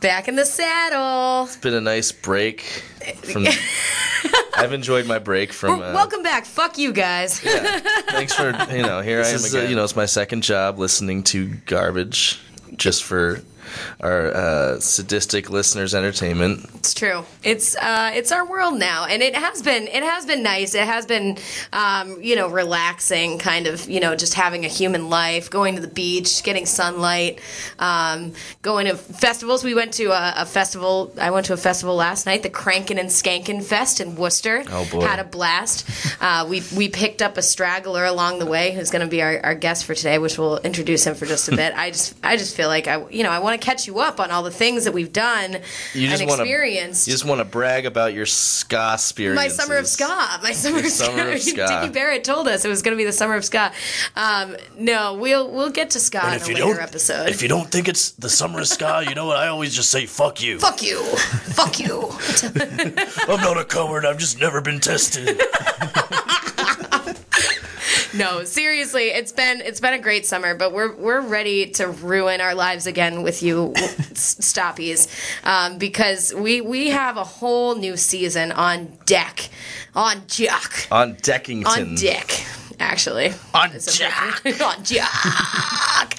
Back in the saddle. It's been a nice break. From, I've enjoyed my break from. We're- uh, Welcome back. Fuck you guys. yeah. Thanks for you know here I am uh, again. you know it's my second job listening to garbage, just for our uh, sadistic listeners' entertainment. It's true. It's uh, it's our world now, and it has been it has been nice. It has been um, you know relaxing, kind of you know just having a human life, going to the beach, getting sunlight, um, going to festivals. We went to a, a festival. I went to a festival last night, the Crankin' and Skankin' Fest in Worcester. Oh, boy. had a blast. Uh, we we picked up a straggler along the way who's going to be our, our guest for today, which we'll introduce him for just a bit. I just I just feel like I you know I want to catch you up on all the things that we've done You just and wanna- experienced. You just want to brag about your ska experience. my summer of ska. My summer of ska. summer of ska. Dickie Barrett told us it was going to be the summer of ska. Um, no, we'll we'll get to ska in a later episode. If you don't think it's the summer of ska, you know what? I always just say fuck you. Fuck you. Fuck you. I'm not a coward. I've just never been tested. No, seriously, it's been it's been a great summer, but we're we're ready to ruin our lives again with you, s- stoppies, um, because we we have a whole new season on deck, on Jack, on Deckington. on deck, actually, On Is it right? on Jack,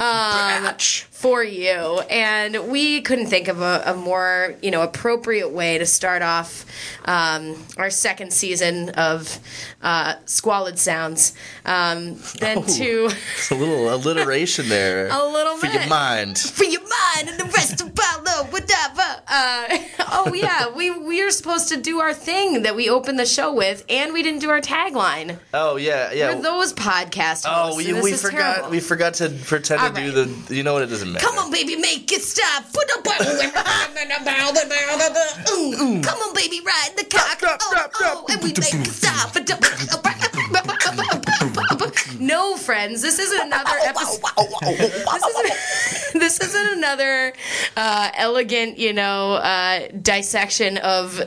um, for you, and we couldn't think of a, a more you know appropriate way to start off um, our second season of uh, Squalid Sounds um, than Oh. to. It's a little alliteration there. A little for your bit. mind. for your mind and the rest of follow whatever. Uh, oh yeah, we we are supposed to do our thing that we open the show with, and we didn't do our tagline. Oh yeah, yeah. We're those podcast hosts. oh, and we, this we is forgot. terrible. We forgot to pretend All to do right. the. You know what? It doesn't matter. Come on, baby, make it stop. Put up Ooh, ooh. Come on, baby, ride the cock. Oh, oh, and we make it stop. No, friends, this is another episode. this, is, this is another uh, elegant, you know, uh, dissection of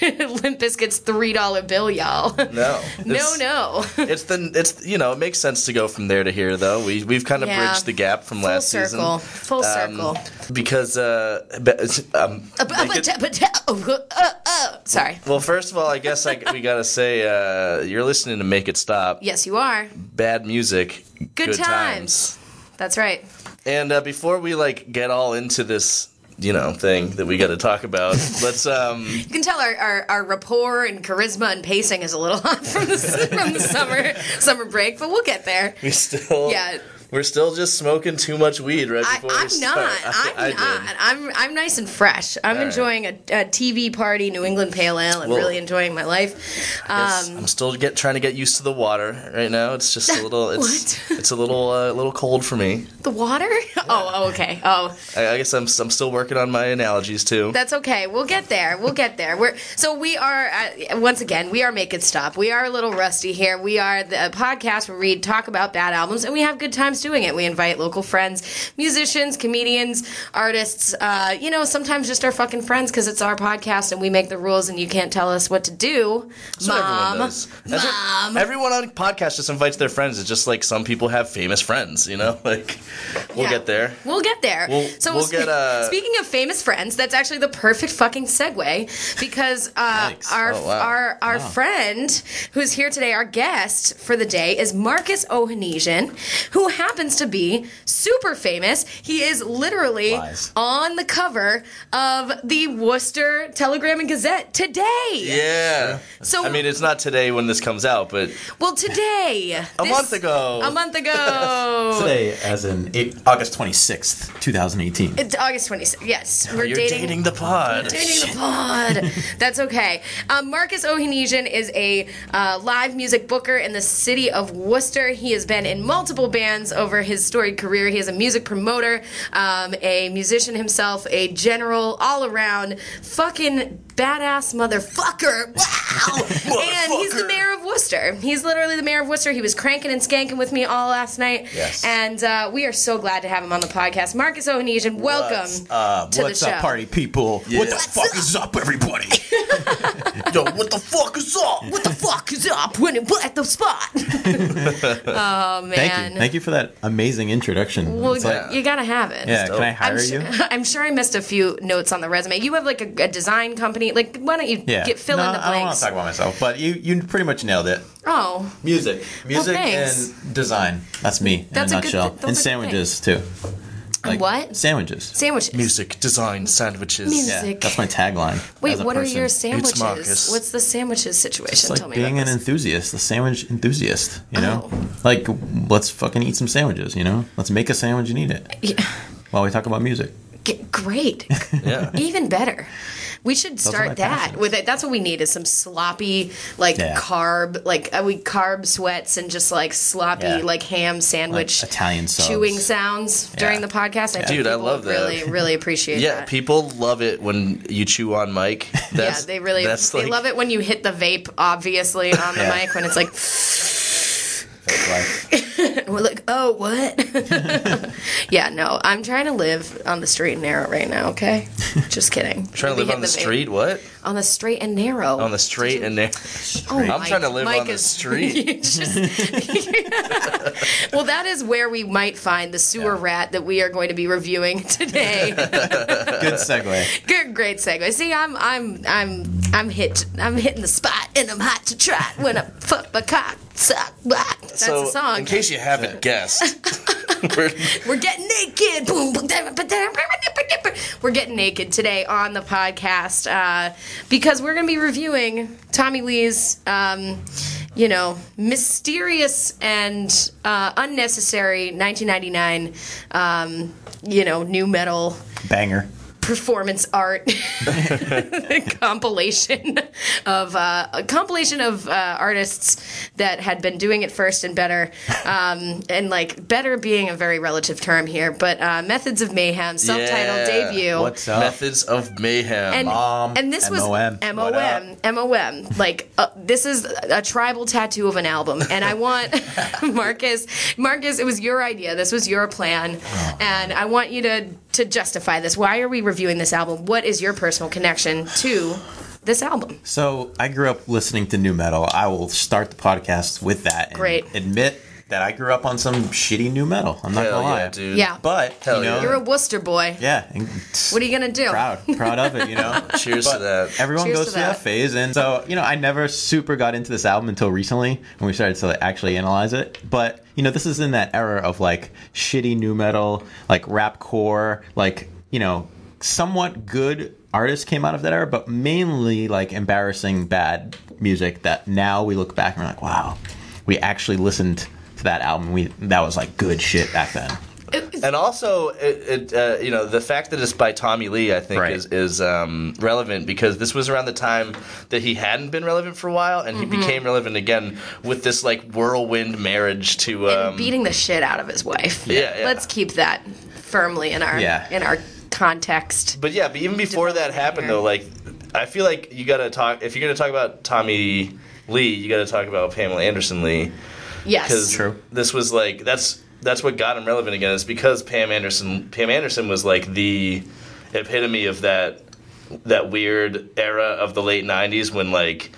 Limp Bizkit's three dollar bill, y'all. No. no, It's- no. It's the it's you know it makes sense to go from there to here though we we've kind of Yeah. bridged the gap from Full last circle. season um, Full circle. because uh be- um make it- Sorry. well first of all I guess I, we gotta say uh you're listening to Make It Stop Yes, you are. bad music Good times. That's right. and uh, before we like get all into this you know thing that we got to talk about let's um You can tell our, our, our rapport and charisma and pacing is a little off from the, from the summer summer break, but we'll get there. we still Yeah. we're still just smoking too much weed right I, before we I'm start. not. I'm I did. not. I'm I'm nice and fresh. I'm right. enjoying a, a TV party, New England Pale Ale, and Well- really enjoying my life. It's- Um, I'm still get trying to get used to the water right now. It's just a little. It's What? it's a little uh, little cold for me. The water? Oh, oh, okay. Oh, I, I guess I'm I'm still working on my analogies too. That's okay. We'll get there. We'll get there. We're so we are uh, once again we are make it stop. We are a little rusty here. We are the podcast where we talk about bad albums and we have good times doing it. We invite local friends, musicians, comedians, artists. Uh, you know, sometimes just our fucking friends because it's our podcast and we make the rules and you can't tell us what to do. That's what everyone does. That's what- everyone on podcast just invites their friends. It's just like some people have famous friends. You know, like we'll Yeah. get there. We'll get there. We'll- so we'll spe- get, uh, speaking of famous friends, that's actually the perfect fucking segue because uh, Yikes. our Oh, wow. our our friend who's here today, our guest for the day is Marcus Ohanesian, who happens to be super famous. He is literally Lies. on the cover of the Worcester Telegram and Gazette today. Yeah. So- I mean, it's not today when this comes out, but Well, today, a this- month ago. a month ago. Today, as in eight, August 26th, 2018. It's August 26th. Yes, we're You're dating, the pod. Dating the pod. That's okay. Um, Marcus Ohanesian is a uh, live music booker in the city of Worcester. He has been in multiple bands over his storied career. He is a music promoter, um, a musician himself, a general, all around fucking badass motherfucker. Wow. and he's the mayor of Worcester. He's literally the mayor of Worcester. He was cranking and skanking with me all last night. Yes. And uh, we are so glad to have him on the podcast. Marcus Ohanesian, welcome What's up? to What's the show. up, party people? What the fuck is up, everybody? Yo, what the fuck is up? What the fuck is up when it at the spot? oh man. Thank you. Thank you for that amazing introduction. Well, It's you- like- like- you gotta have it. yeah, dope. can I hire I'm su- you? I'm sure I missed a few notes on the resume. You have like a, a design company. Like, why don't you Yeah. get fill no, in the I don't want blanks? to talk about myself, but you, you pretty much nailed it. oh, Music. Music thanks. and design. That's me That's a in a good thi- nutshell. those are and good sandwiches, too. What? Sandwiches. sandwiches. Music, design, sandwiches. Music. Yeah, that's my tagline. Wait, as a what are person. your sandwiches? Marcus. What's the sandwiches situation? It's Tell like me being about an this. enthusiast, the sandwich enthusiast, you know? Oh. Like, let's fucking eat some sandwiches, you know? Let's make a sandwich and eat it Yeah. while we talk about music. G- great. Yeah. Even better. We should are my start that passions. with it. That's what we need is some sloppy, like Yeah. carb, like uh, we carb sweats and just like sloppy, Yeah. like ham sandwich, Like Italian subs. chewing sounds during the podcast. I think Dude, I people love that. Really, really appreciate Yeah, that. people love it when you chew on mic. That's, yeah, they really That's they like, love it when you hit the vape, obviously, on the Yeah. mic when it's like, That's life. we're like, oh, what? yeah, no, I'm trying to live on the straight and narrow right now. Okay, just kidding. Trying to We live hit on the vape. street? What? On the straight and narrow. On the straight and narrow. Oh, I'm Mike- trying to live Mike on the is- street. you just- well, that is where we might find the sewer rat that we are going to be reviewing today. Good segue. Good, great segue. See, I'm, I'm, I'm, I'm hit. I'm hitting the spot, and I'm hot to trot when I fuck my cock. Suck, block. That's so, a song. in case you haven't guessed, we're- We're getting naked. Boom, boom, da- ba- da- ba- ba- da- ba- We're getting naked today on the podcast uh, because we're going to be reviewing Tommy Lee's, um, you know, mysterious and uh, unnecessary 1999, um, you know, new metal Banger. performance art compilation of uh, a compilation of uh, artists that had been doing it first and better um, and like better being a very relative term here but uh, methods of mayhem self-titled Yeah. debut What's up? methods of mayhem. and, Mom, and this was MOM. What MOM, up? MOM. Like uh, this is a tribal tattoo of an album, and I want Marcus, Marcus. It was your idea. This was your plan, Oh. and I want you to to justify this. Why are we reviewing this album? What is your personal connection to this album? So I grew up listening to new metal. I will start the podcast with that. And Great. Admit that I grew up on some shitty new metal. I'm not Hell gonna lie, yeah, dude. Yeah. But Hell you know, yeah. You're a Worcester boy. yeah. and- What are you gonna do? proud, proud of it. You know. Cheers to that. Everyone Cheers goes to through that. that. phase, and so you know, I never super got into this album until recently when we started to actually analyze it. But you know, this is in that era of like shitty new metal, like rap core, like you know, somewhat good artists came out of that era, but mainly like embarrassing bad music that now we look back and we're like, wow, we actually listened to that album. We that was like good shit back then. And also, it, it uh, you know the fact that it's by Tommy Lee, I think, Right. is is um, relevant because this was around the time that he hadn't been relevant for a while, and Mm-hmm. he became relevant again with this like whirlwind marriage to And um, beating the shit out of his wife. Yeah, yeah. Let's keep that firmly in our Yeah. in our context. But yeah, but even before that Development happened here. though, like I feel like you gotta talk if you're gonna talk about Tommy Lee, you gotta talk about Pamela Anderson Lee because Yes. True. this was like that's that's what got him relevant again. It's because Pam Anderson Pam Anderson was like the epitome of that that weird era of the late '90s when like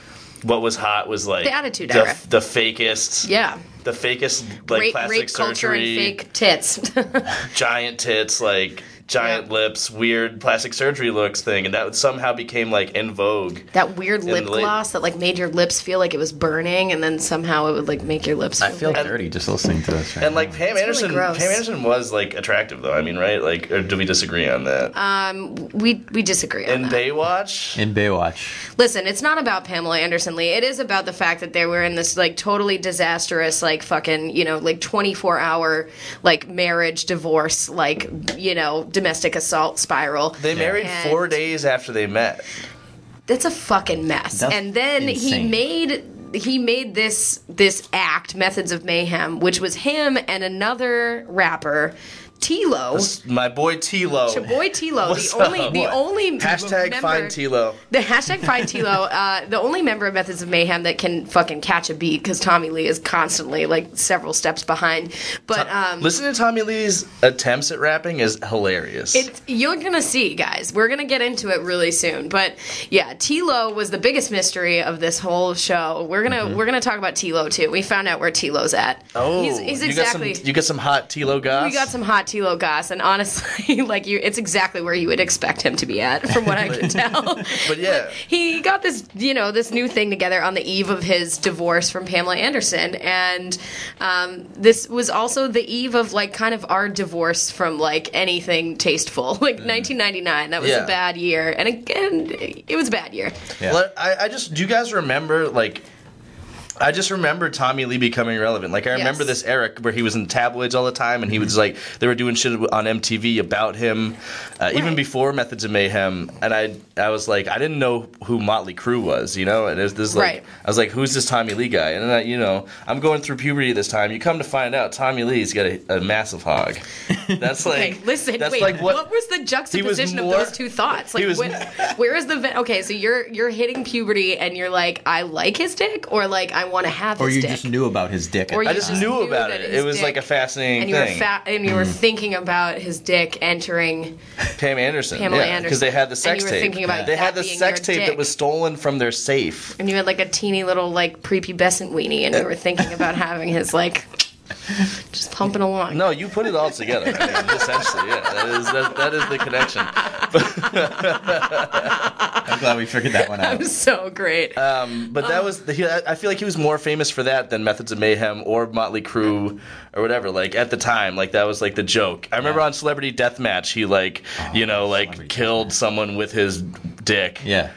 what was hot was like The Attitude the, Era. the fakest Yeah. the fakest like rape, plastic rape culture surgery and fake tits. giant tits, like giant Yeah. lips, weird plastic surgery looks thing, and that somehow became like in vogue. that weird lip the late- gloss that like made your lips feel like it was burning, and then somehow it would like make your lips. Feel I feel like- dirty just listening to this. Right And like Pam really Anderson, gross. Pam Anderson was like attractive though. I mean, right? Like, or do we disagree on that? Um, we we disagree on in that. Baywatch, in Baywatch, Listen, it's not about Pamela Anderson Lee. It is about the fact that they were in this like totally disastrous, like fucking, you know, like twenty four hour like marriage, divorce, like you know, domestic assault spiral. they married And- four days after they met. that's a fucking mess. That's and then he insane. made he made this this act, Methods of Mayhem, which was him and another rapper T-Lo. My boy T-Lo. Your boy T-Lo, What's the only, up? the What? only Hashtag member- find T-Lo. The hashtag find Tilo, uh, the only member of Methods of Mayhem that can fucking catch a beat because Tommy Lee is constantly like several steps behind. But um, Listen to Tommy Lee's attempts at rapping is hilarious. it's, you're gonna see, guys. We're gonna get into it really soon. But yeah, Tilo was the biggest mystery of this whole show. We're gonna we're gonna talk about Tilo too. We found out where Tilo's at. Mm-hmm. oh, he's, he's you got some- exactly. you got some, hot T-Lo guys. we got some hot Tilo goss, and honestly, like you, it's exactly where you would expect him to be at, from what I can tell. But yeah, he got this you know this new thing together on the eve of his divorce from pamela anderson and um, this was also the eve of like kind of our divorce from like anything tasteful like 1999 that was Mm. Yeah. a bad year and again it was a bad year Yeah. Let- I, I just do you guys remember like I just remember Tommy Lee becoming relevant. Like I remember Yes. this Eric where he was in tabloids all the time, and he was like they were doing shit on MTV about him, uh, even Right. before Methods of Mayhem. And I I was like I didn't know who Motley Crue was, you know. And it was this like Right. I was like who's this Tommy Lee guy? And then I, you know I'm going through puberty this time. You come to find out Tommy Lee's got a, a massive hog. That's like Like, listen, That's wait. like what, what, was the juxtaposition more- of those two thoughts? Like, he was- when, where is the? ve- Okay, so you're you're hitting puberty, and you're like, I like his dick, or like, I want to have or his you dick. just knew about his dick. Or I you just just knew knew about that it. his It was like a dick- fascinating and you were thing. fat, and you were Mm-hmm. thinking about his dick entering Pam Anderson. Pamela yeah, Anderson. Because they had the And sex you were tape. thinking about they that had the being sex your tape dick. that was stolen from their safe. and you had like a teeny little like prepubescent weenie, and you were thinking about having his like just pumping along. No, you put it all together. I mean, essentially, yeah. That is that, that is the connection. I'm glad we figured that one out. It was so great. Um, but that was he, I feel like he was more famous for that than Methods of Mayhem or Motley Crue or whatever. Like at the time, like that was like the joke. I remember on Celebrity Deathmatch, he like you know like Oh, Celebrity killed someone with his dick. yeah.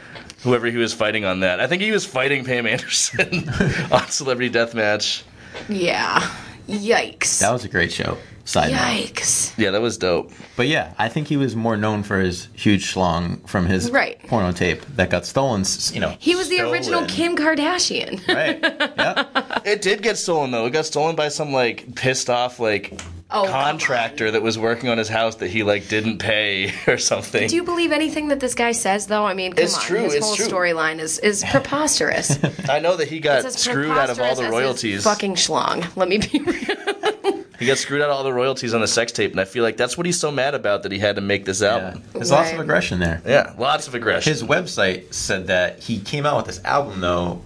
Whoever he was fighting on that, I think he was fighting Pam Anderson on Celebrity Deathmatch. yeah. Yikes. That was a great show. Side note. Yikes. Yeah, that was dope. But yeah, I think he was more known for his huge schlong from his Right. porno tape that got stolen, s- you know. He was the original Kim Stolen. Kardashian. Right. Yep. It did get stolen though. It got stolen by some like pissed off like Oh, come contractor that was working on his house that he like didn't pay or something. Do you believe anything that this guy says, though? I mean, come It's on. true, His it's whole true. storyline is, is preposterous. I know that he It's got as screwed out of all preposterous as the his royalties. Fucking schlong. Let me be real. He got screwed out of all the royalties on the sex tape, and I feel like that's what he's so mad about that he had to make this Yeah. album. There's lots of Right. aggression there. Yeah, lots of aggression. His website said that he came out with this album though,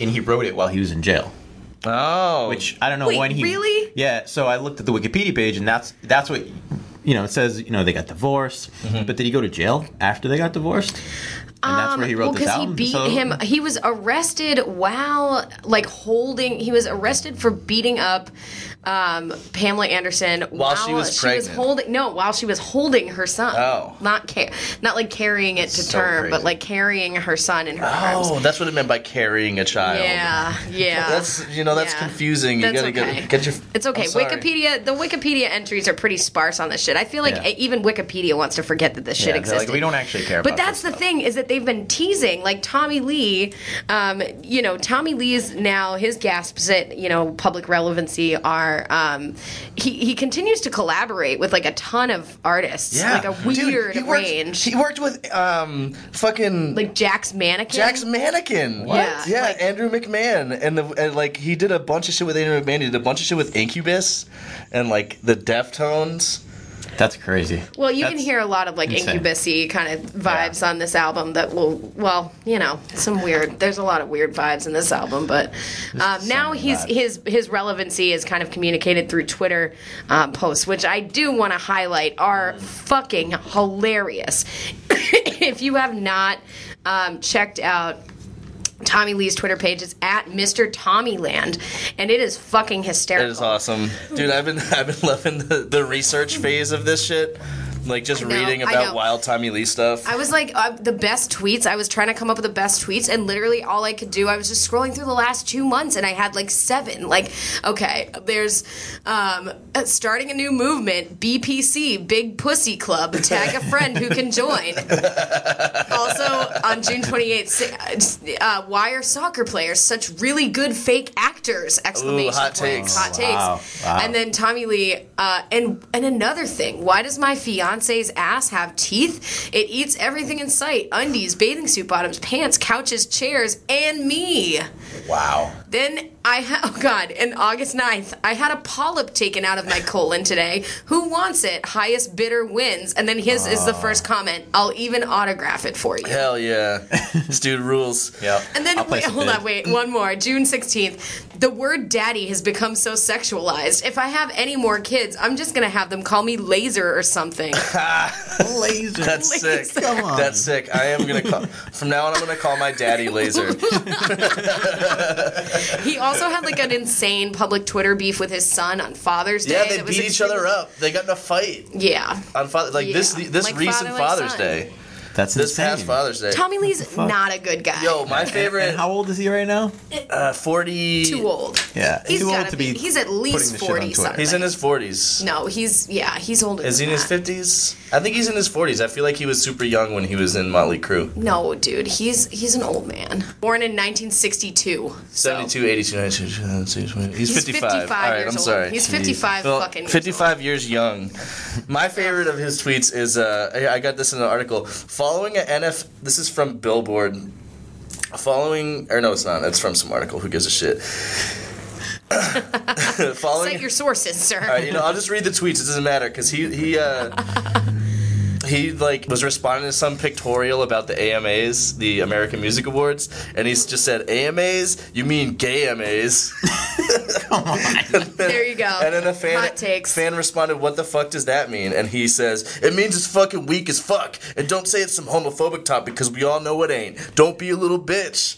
and he wrote it while he was in jail. oh, Which I don't know Wait, when he really? Yeah, so I looked at the Wikipedia page, and that's that's what you know. It says you know they got divorced, but did he go to jail after they got divorced? And that's where he wrote Um, well, this because he album. beat so- him. He was arrested while like holding. He was arrested for beating up um, Pamela Anderson While she was pregnant. holding no, while she was holding her son. Oh. not ca- not like carrying it to So term, crazy. but like carrying her son in her arms. oh, that's what it meant by carrying a child. Yeah, yeah. That's you know that's Yeah. confusing. That's you gotta okay. get, get your. It's okay. I'm sorry. Wikipedia, the Wikipedia entries are pretty sparse on this shit. I feel like Yeah. even Wikipedia wants to forget that this Yeah, shit they're existed. Like, we don't actually care. But about that's this the thing is that they've been teasing like Tommy Lee. Um, you know, Tommy Lee's now his gasps at you know public relevancy are um, he he continues to collaborate with like a ton of artists, Yeah, like a Dude, he weird worked- range, He worked with um fucking like Jack's mannequin. Jack's mannequin. Yeah, Yeah, like- Andrew McMahon. And, the, and like he did a bunch of shit with Andrew McMahon. He did a bunch of shit with Incubus and like the Deftones. stuff. That's crazy. Well, you can That's- hear a lot of like insane. incubus-y kind of vibes on this album that will, well, you know, some weird. There's a lot of weird vibes in this album, but um, now many he's vibes. his his relevancy is kind of communicated through Twitter um, posts, which I do want to highlight are Mm. fucking hilarious. if you have not um, checked out Tommy Lee's Twitter page, it's at Mr. Tommy Land, and it is fucking hysterical. That is awesome, dude. I've been I've been loving the, the research phase of this shit. Like just know, reading I know. about wild Tommy Lee stuff. I was like uh, the best tweets. I was trying to come up with the best tweets, and literally all I could do, I was just scrolling through the last two months, and I had like seven. Like, okay, there's um, uh, starting a new movement, BPC, Big Pussy Club. Tag a friend who can join. also on June 28th, si- uh, why are soccer players such really good fake actors? Exclamation hot points. takes. Hot Wow, takes. wow. And then Tommy Lee, uh, and and another thing, why does my fiance's ass have teeth? It eats everything in sight: undies, bathing suit bottoms, pants, couches, chairs, and me. Wow. Then I ha- oh god, and August 9th, I had a polyp taken out of my colon today. Who wants it? Highest bidder wins. And then his is the first comment. I'll even autograph it for you. Hell yeah, this dude rules. Yep. And then I'll wait, place a hold bid. on, wait, one more. June 16th. The word daddy has become so sexualized. If I have any more kids, I'm just going to have them call me laser or something. Laser. That's sick. Come on. That's sick. I am gonna call. From now on, I'm gonna call my daddy Laser. he also had like an insane public Twitter beef with his son on Father's Day. Yeah, they that was beat each extremely- other up. They got in a fight Yeah. on father like this. Yeah. This Like recent father, like Father's son. Day. That's This insane. past Father's Day. Tommy Lee's not a good guy. Yo, my favorite. And how old is he right now? uh, Forty. too old. Yeah, he's too old gotta to be He's at putting least this shit on forty Twitter. something. He's in his forties. No, he's yeah, he's older. Is he than in his that. fifties? I think he's in his forties. I feel like he was super young when he was in Motley Crue. No, dude, he's he's an old man. Born in 1962. so- 72, 82, 92, 92, 20. He's, He's 55. 55 All right, years I'm old. sorry. He's 55 Well, fucking years 55 years young. My favorite of his tweets is uh, I- I got this in an article. Following a NF, this is from Billboard. Following, or no, it's not. It's from some article. Who gives a shit? Following Cite your sources, sir. all right, you know, I'll just read the tweets. It doesn't matter because he he uh, he like was responding to some pictorial about the AMAs, the American Music Awards, and he's just said AMAs. You mean gay AMAs? There you go. And then a fan Hot takes. fan responded, "What the fuck does that mean?" And he says, "It means it's fucking weak as fuck. And don't say it's some homophobic topic because we all know it ain't. Don't be a little bitch."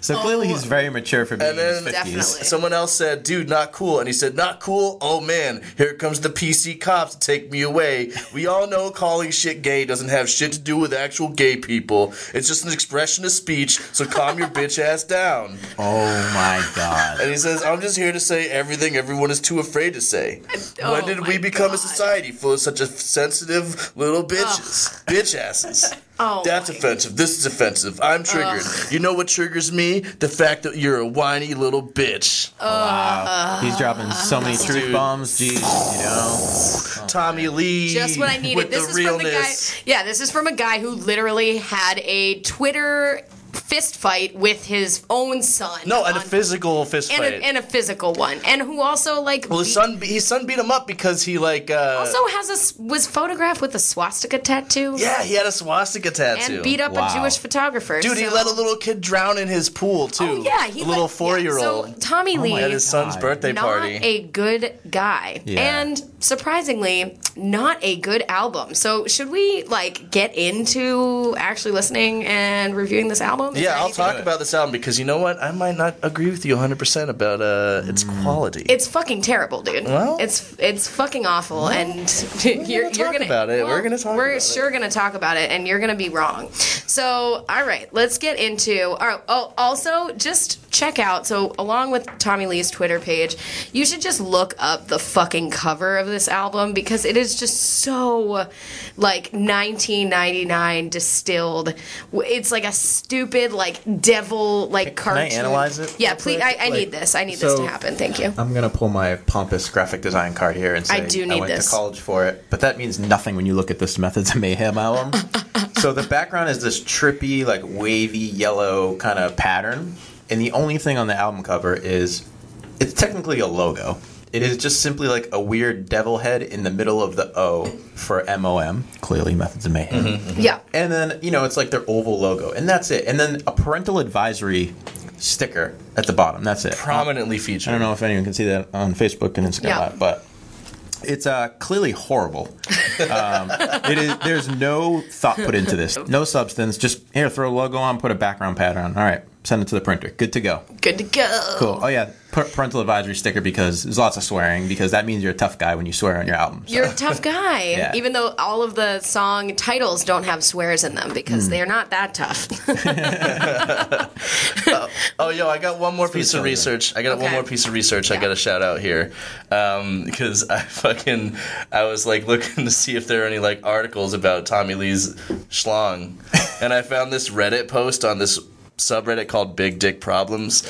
So clearly he's very mature for being And in then- his 50s. Definitely. Someone else said, "Dude, not cool," and he said, "Not cool. Oh man, here comes the PC cops to take me away." We all know calling shit gay doesn't have shit to do with actual gay people. It's just an expression of speech. So calm your bitch ass down. Oh my god. And he says, "I'm just here to say everything everyone is too afraid to say. Oh when did my we become God. a society full of such a sensitive little bitches, bitch asses?" Oh That's my- offensive. This is offensive. I'm triggered. You know what triggers me? The fact that you're a whiny little bitch. wow. He's dropping so many truth Dude. bombs. Jeez, you know. Oh, Tommy Lee. Just what I needed. With This the is realness. from the guy. Yeah, this is from a guy who literally had a Twitter fist fight with his own son. No, and a on- physical fist and fight. a, and a physical one, and who also like well, his beat- son, his son beat him up because he like. Uh, also has a s- was photographed with a swastika tattoo. yeah, he had a swastika tattoo. and beat up Wow. a Jewish photographer. Dude, he so- let a little kid drown in his pool too. Oh yeah, he a little let- yeah, four-year-old Oh So Tommy Lee, at his son's God. birthday not party. a good guy, Yeah. and surprisingly, not a good album. So should we like get into actually listening and reviewing this album? Is there yeah, I'll anything- talk about this album because you know what? I might not agree with you 100% about uh, its Mm. quality. It's fucking terrible, dude. Well- it's it's fucking awful, and you're, gonna you're talk gonna about it. We're well, gonna talk We're about it. sure gonna talk about it, and you're gonna be wrong. So, all right, let's get into. All right, oh, also just check out. So, along with Tommy Lee's Twitter page, you should just look up the fucking cover of this album because it is just so like 1999 distilled. It's like a stupid like devil like Can I cartoon. analyze it Yeah, real please. I, quick? I Like, need this. I need this so- to happen. Thank you. I'm gonna pull my pompous graphic design card here and say I do need went this. to college for it, but that means nothing when you look at this Methods of Mayhem album. so the background is this trippy, like wavy yellow kind of pattern, and the only thing on the album cover is it's technically a logo. It is just simply like a weird devil head in the middle of the O for MOM, clearly Methods of Mayhem. Yeah. And then, you know, it's like their oval logo, and that's it. And then a parental advisory sticker at the bottom. That's it. prominently featured. I don't know if anyone can see that on Facebook and Instagram, Yeah. but it's uh, clearly horrible. um, it is. There's no thought put into this. No substance. Just here, throw a logo on, put a background pattern on. All right, Send it to the printer. Good to go. Good to go. Cool. Oh yeah, par- parental advisory sticker because there's lots of swearing because that means you're a tough guy when you swear on your album. So. You're a tough guy, Yeah. even though all of the song titles don't have swears in them because Hmm. they're not that tough. Oh, yo, I got one more piece of children. research. I got Okay. one more piece of research. I Yeah. got to shout out here because I fucking I was like looking to see if there are any like articles about Tommy Lee's schlong, and I found this Reddit post on this subreddit called Big Dick Problems,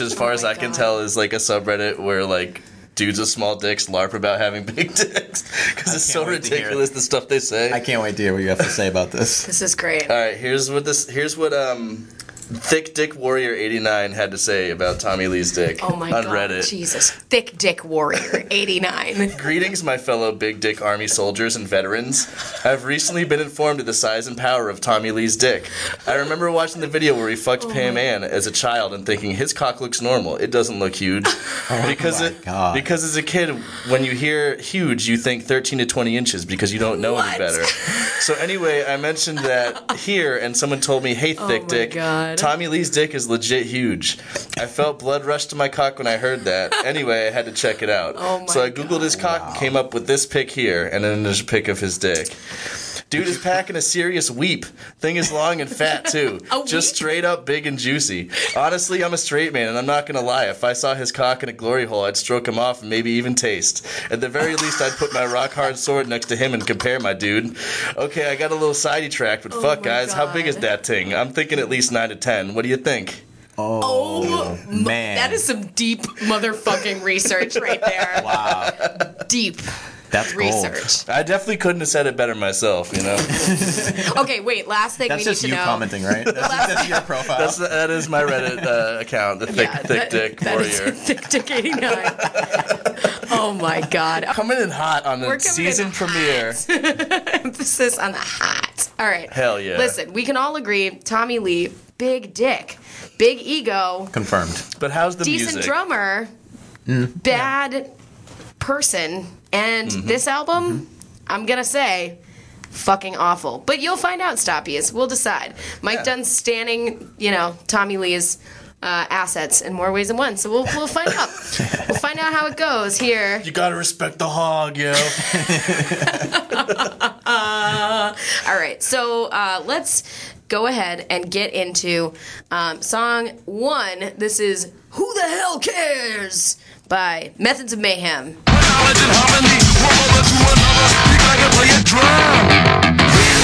as far as Oh my I can God. tell, is like a subreddit where like. Dudes with small dicks larp about having big dicks because it's so can't wait to hear it. ridiculous the stuff they say. I can't wait to hear what you have to say about this. this is great. All right, here's what this here's what um Thick Dick Warrior 89 had to say about Tommy Lee's dick Oh my on god, Reddit. Jesus, thick dick warrior, eighty nine. Greetings, my fellow Big Dick Army soldiers and veterans. I've recently been informed of the size and power of Tommy Lee's dick. I remember watching the video where he Oh fucked Pam Ann as a child and thinking his cock looks normal. It doesn't look huge. Oh because my it, God. because as a kid, when you hear huge, you think 13 to 20 inches because you don't know What? any better. So anyway, I mentioned that here, and someone told me, "Hey, thick Oh my dick, God. Tommy Lee's dick is legit huge." I felt blood rush to my cock when I heard that. Anyway, I had to check it out. Oh my so I googled his cock, and came up with this pic here, and then there's a pic of his dick. Dude is packing a serious weep. Thing is long and fat too. A Just weep? straight up big and juicy. Honestly, I'm a straight man, and I'm not gonna lie. If I saw his cock in a glory hole, I'd stroke him off and maybe even taste. At the very least, I'd put my rock hard sword next to him and compare my dude. Okay, I got a little sidey track, but fuck, Oh my guys, how big God. is that thing? I'm thinking at least nine to ten. What do you think? Oh man. that is some deep motherfucking research right there. Wow, Deep that's gold. research. I definitely couldn't have said it better myself. You know, Okay, wait. Last thing That's we need just to you know. commenting, right? That's, that's your profile. that's that is my Reddit uh, account, the thick Yeah, that- thick dick that is warrior. thick dick eighty nine. oh my god. Coming in hot on We're coming the in season hot. premiere. emphasis on the hot. All right. Hell yeah. Listen, we can all agree Tommy Lee, big dick, big ego, Confirmed. But how's the decent music? drummer, bad person. And Mm-hmm. this album, I'm going to say, fucking awful. But you'll find out, Stoppies. We'll decide. Mike Dunn's standing, you know, Tommy Lee's. Uh, assets in more ways than one, so we'll we'll find out. we'll find out how it goes here. You gotta respect the hog, yo. All right, so uh, let's go ahead and get into um, song one. This is Who the Hell Cares by Methods of Mayhem. knowledge and harmony from other to another. You gotta play a drum.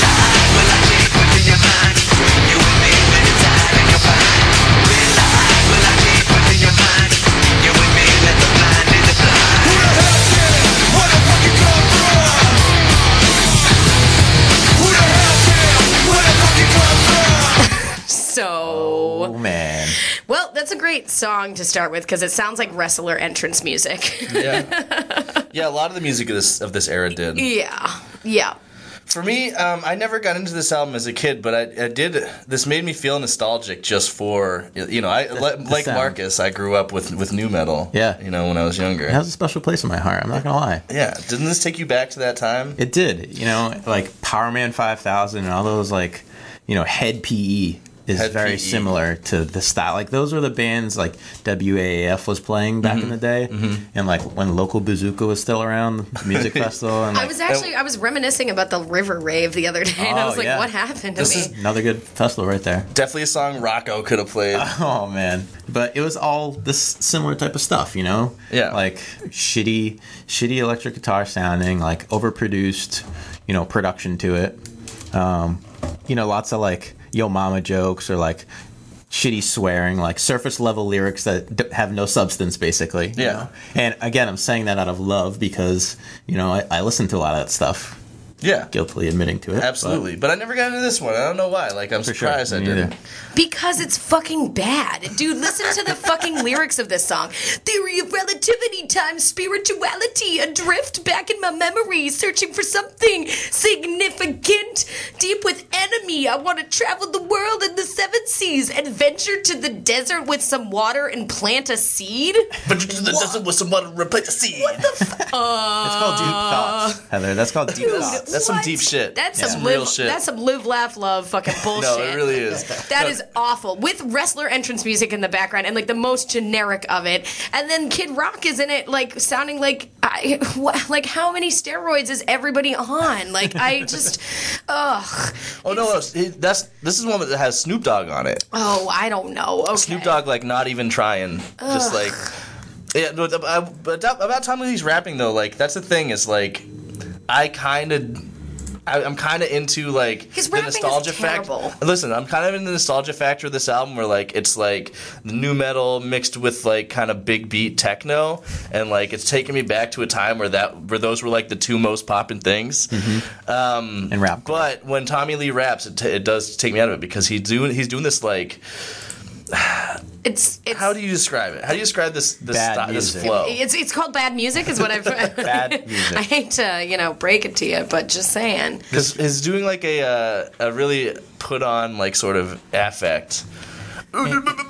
So, Oh man. well, that's a great song to start with because it sounds like wrestler entrance music. yeah. yeah, a lot of the music of this of this era did. yeah, yeah. For me, um, I never got into this album as a kid, but I, I did. This made me feel nostalgic just for you know, I like like sound. Marcus, I grew up with with new metal. Yeah. you know, when I was younger. It has a special place in my heart. I'm not gonna lie. yeah, didn't this take you back to that time? It did. You know, like Power Man 5000 and all those like, you know, Head PE is Head E. very PE. similar to the style. Like those were the bands like WAAF was playing back in Mm-hmm. the day, and like when local Bazooka was still around, the music festival, and I like, was actually I was reminiscing about the River Rave the other day, and I Oh, was like, yeah. "What happened to This me?" is- another good festival right there. Definitely a song Rocco could have played. Oh man, but it was all this similar type of stuff, you know? Yeah. like shitty, shitty electric guitar sounding, like overproduced, you know, production to it. Um, you know, lots of like yo mama jokes or like shitty swearing, like surface level lyrics that d- have no substance, basically. you Yeah. know? and again, I'm saying that out of love because you know I, I listen to a lot of that stuff, yeah, guiltily admitting to it. but- absolutely. But I never got into this one. I don't know why. Like I'm For sure, surprised I me didn't. neither. Because it's fucking bad. Dude, listen to the fucking lyrics of this song. Theory of relativity times spirituality, adrift back in my memory, searching for something significant, deep with enemy. I want to travel the world in the seven seas, adventure to the desert with some water and plant a seed. But you do the doesn't with some water, replace the seed. It's called deep thoughts, Heather. That's called deep Dude, thoughts. That's some Uh, What? deep shit. That's Yeah. some Some real live, shit. That's some live, laugh, love fucking bullshit. no, it really is. That is awful. With wrestler entrance music in the background and like the most generic of it. And then Kid Rock is in it like sounding like I what, like how many steroids is everybody on? Like I just ugh. Oh no, no, it- that's this is one that has Snoop Dogg on it. Oh, I don't know. Okay. Snoop Dogg like not even trying, just like yeah. no, ab- ab- But about, about time he's rapping though, like that's the thing is like I kind of. I'm kind of into like His the rapping is nostalgia terrible. factor. Listen, I'm kind of in the nostalgia factor of this album, where like it's like new metal mixed with like kind of big beat techno, and like it's taking me back to a time where that where those were like the two most popping things. Um, and rap. but when Tommy Lee raps, it, t- it does take me out of it because he's doing he's doing this like It's it's how do you describe it? How do you describe this this, Bad style, this music. flow? it's it's called bad music is what I've Bad music. I hate to, you know, break it to you, but just saying. Because he's doing like a uh, a really put on like sort of affect,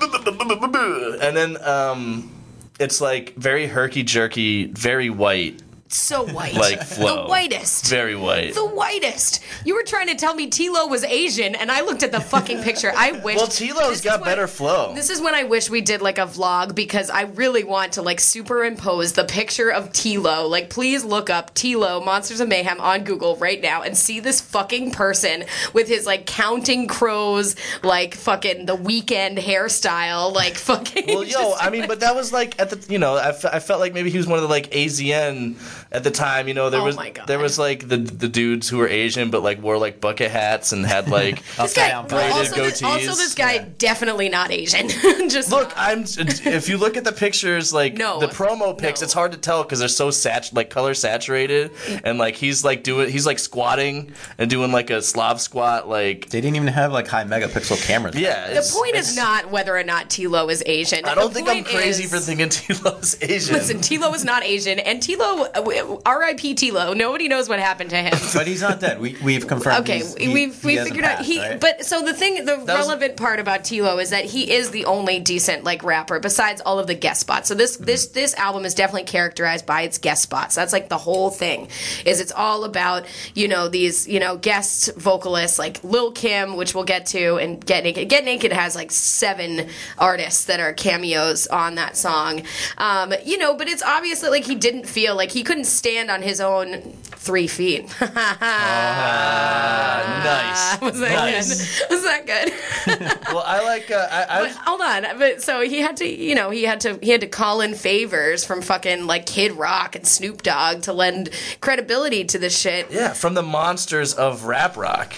and then um, it's like very herky jerky, very white, It's so white. like flow, The whitest. very white. the whitest. You were trying to tell me Tilo was Asian, and I looked at the fucking picture. I wish. well, Tilo's is got what- better flow. This is when I wish we did like a vlog because I really want to like superimpose the picture of Tilo. Like, please look up Tilo Monsters of Mayhem on Google right now and see this fucking person with his like counting crows, like fucking the weekend hairstyle, like fucking. Well, yo, I mean, but that was like at the you know, I, fe- I felt like maybe he was one of the like AZN at the time. You know, there Oh was my God. there was like the the dudes who were Asian but like wore like bucket hats and had like. this guy, down, well, braided also, this, goatees. also this guy definitely not Asian. Just Look, I'm. If you look at the pictures, like No, the promo pics, no. it's hard to tell because they're so sat, like color saturated, and like he's like doing, he's like squatting and doing like a Slav squat, like They didn't even have like high megapixel cameras. yeah. The it's- point is it's- not whether or not Tilo is Asian. I The don't think I'm point crazy is- for thinking Tilo's Asian. Listen, Tilo is not Asian, and Tilo, uh, w- R.I.P. Tilo. Nobody knows what happened to him. But he's not dead. We, we've confirmed. Okay, he's- he- we've he we hasn't figured out passed, he. right? But so the thing, the was- relevant part about Tilo is that he is the only decent like rapper besides all of the guest spots. So this this Mm-hmm. this album is definitely characterized by its guest spots. That's like the whole thing. Is it's all about you know these you know guest vocalists like Lil Kim, which we'll get to, and Get Naked. Get Naked has like seven artists that are cameos on that song. Um, you know, but it's obvious that like he didn't feel like he couldn't stand on his own three feet. Uh-huh. uh, nice. Was that nice. good? Was that good? Well, I like. Uh, I, I But hold on. But so he had to, you know, he had to, he had to call in favors from fucking like Kid Rock and Snoop Dogg to lend credibility to this shit. Yeah, from the monsters of rap rock.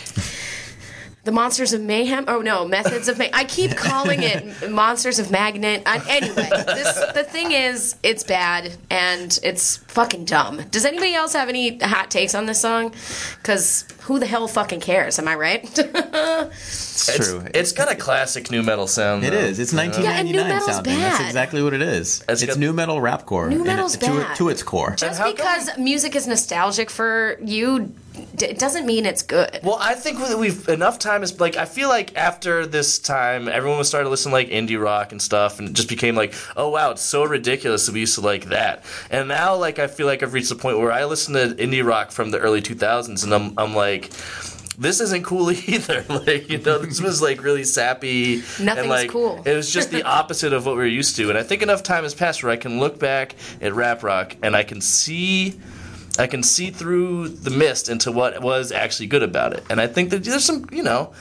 The Monsters of Mayhem. Oh no, Methods of Mayhem. I keep calling it Monsters of Magnet. I, anyway, this, the thing is, it's bad and it's fucking dumb. Does anybody else have any hot takes on this song? Because who the hell fucking cares? Am I right? it's true. It's, It's got a classic new metal sound. though. It's Yeah, and 1999 nu metal's sounding. That's bad. exactly what it is. It's, got- new metal rapcore. Nu and metal's it- to, bad. to its core. Just how come- because music is nostalgic for you d- doesn't mean it's good. Well, I think that we've enough time is like I feel like after this time, everyone was starting to listen to, like indie rock and stuff, and it just became like, oh wow, it's so ridiculous that we used to like that. And now, like I feel like I've reached the point where I listen to indie rock from the early 2000s, and I'm I'm like. This isn't cool either. Like you know, this was like really sappy. Nothing's and, like, cool. It was just the opposite of what we were used to. And I think enough time has passed where I can look back at rap rock and I can see I can see through the mist into what was actually good about it. And I think that there's some, you know,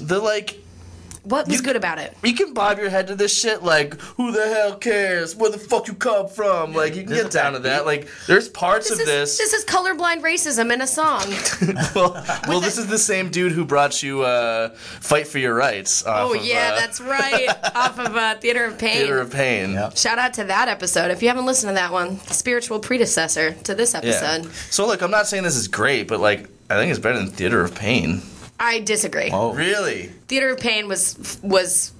the like, What was You- good about it? you can bob your head to this shit, like, who the hell cares? Where the fuck you come from? Like, you can get down to that. Like, there's parts This of is, this. this is colorblind racism in a song. well, well, this is the same dude who brought you uh, Fight for Your Rights. Off oh of, yeah, uh, that's right. Off of uh, Theater of Pain. Theater of Pain. Yeah. Shout out to that episode. If you haven't listened to that one, spiritual predecessor to this Yeah. episode. So, look, I'm not saying this is great, but, like, I think it's better than Theater of Pain. I disagree. Oh, Really? Theater of Pain was was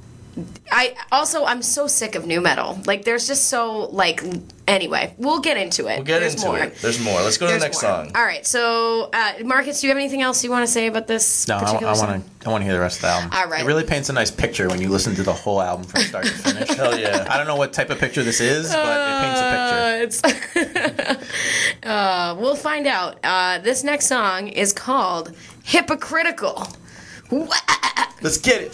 I also I'm so sick of new metal. Like there's just so like anyway, we'll get into it. We'll get there's into more. it. There's more. Let's go to There's the next more. song. All right, so uh, Marcus, do you have anything else you want to say about this? No, I, particular song? want to. I want to hear the rest of the album. All right. It really paints a nice picture when you listen to the whole album from start to finish. Hell yeah. I don't know what type of picture this is, but it paints a Uh, it's uh, we'll find out. Uh, this next song is called "Hypocritical." Wha- Let's get it.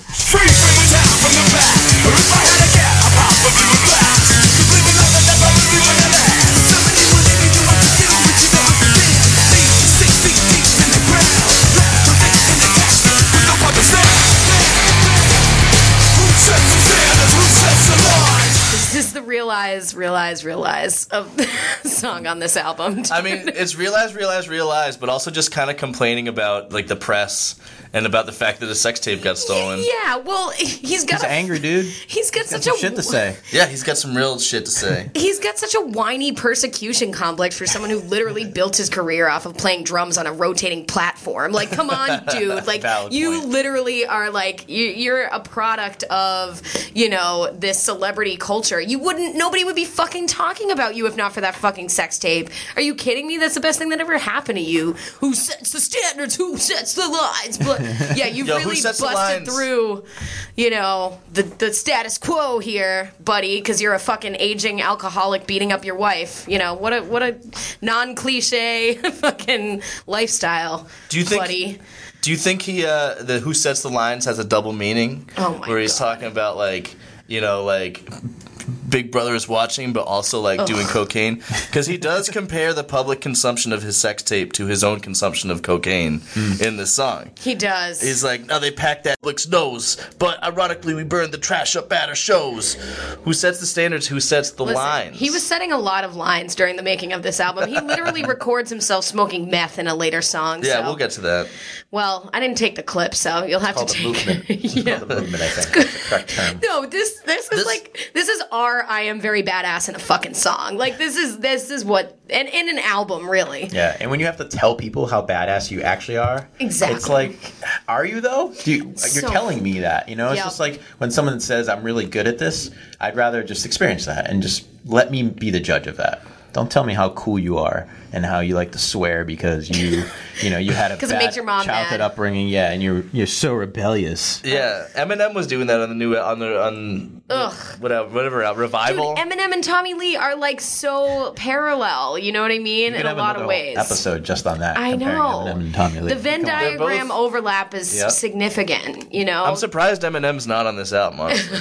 This is the realize, realize, realize of the song on this album. I mean, it's realize, realize, realize, but also just kind of complaining about like the press and about the fact that a sex tape got stolen. yeah, well, he's got picture. He's a- an angry dude. He's got, Got such some a shit to say. Yeah, he's got some real shit to say. He's got such a whiny persecution complex for someone who literally built his career off of playing drums on a rotating platform. Like, come on, dude. Like, Valid you point. literally are like, you, you're a product of, you know, this celebrity culture. You wouldn't, nobody would be fucking talking about you if not for that fucking sex tape. Are you kidding me? That's the best thing that ever happened to you. Who sets the standards? Who sets the lines? But yeah, you've Yo, who really sets the busted lines? through through, you know, the the status quo here, buddy, because you're a fucking aging alcoholic beating up your wife. You know what a what a non cliche fucking lifestyle. Do you think- buddy? Do you think he, uh, the who sets the lines has a double meaning? Oh my Where he's God. talking about like, you know, like Big Brother is watching, but also like doing cocaine because he does compare the public consumption of his sex tape to his own consumption of cocaine in this song. He does. He's like, no, they packed that public's nose, but ironically, we burned the trash up at our shows. Who sets the standards? Who sets the Listen, lines? He was setting a lot of lines during the making of this album. He literally records himself smoking meth in a later song. Yeah, so- we'll get to that. Well, I didn't take the clip, so you'll have Called to the take. movement. yeah. The movement, I think, is the correct term. No, this this is This- like this is our I am very badass in a fucking song. Like this is this is what and in an album really. Yeah, and when you have to tell people how badass you actually are, Exactly. it's like, are you though? Do you, you're So- telling me that, you know? It's Yeah. just like when someone says, "I'm really good at this," I'd rather just experience that and just let me be the judge of that. Don't tell me how cool you are and how you like to swear because you, you know, you had a 'Cause bad it makes your mom mad. childhood upbringing, yeah, and you're you're so rebellious. Yeah, Eminem was doing that on the new on the on Ugh. whatever whatever uh, Dude, revival. Eminem and Tommy Lee are like so parallel. You know what I mean? You In could a have lot another of whole ways. Episode just on that. I comparing know. Eminem and Tommy Lee. The Venn Come on. They're both- diagram overlap is Yep. significant. You know, I'm surprised Eminem's not on this album. honestly.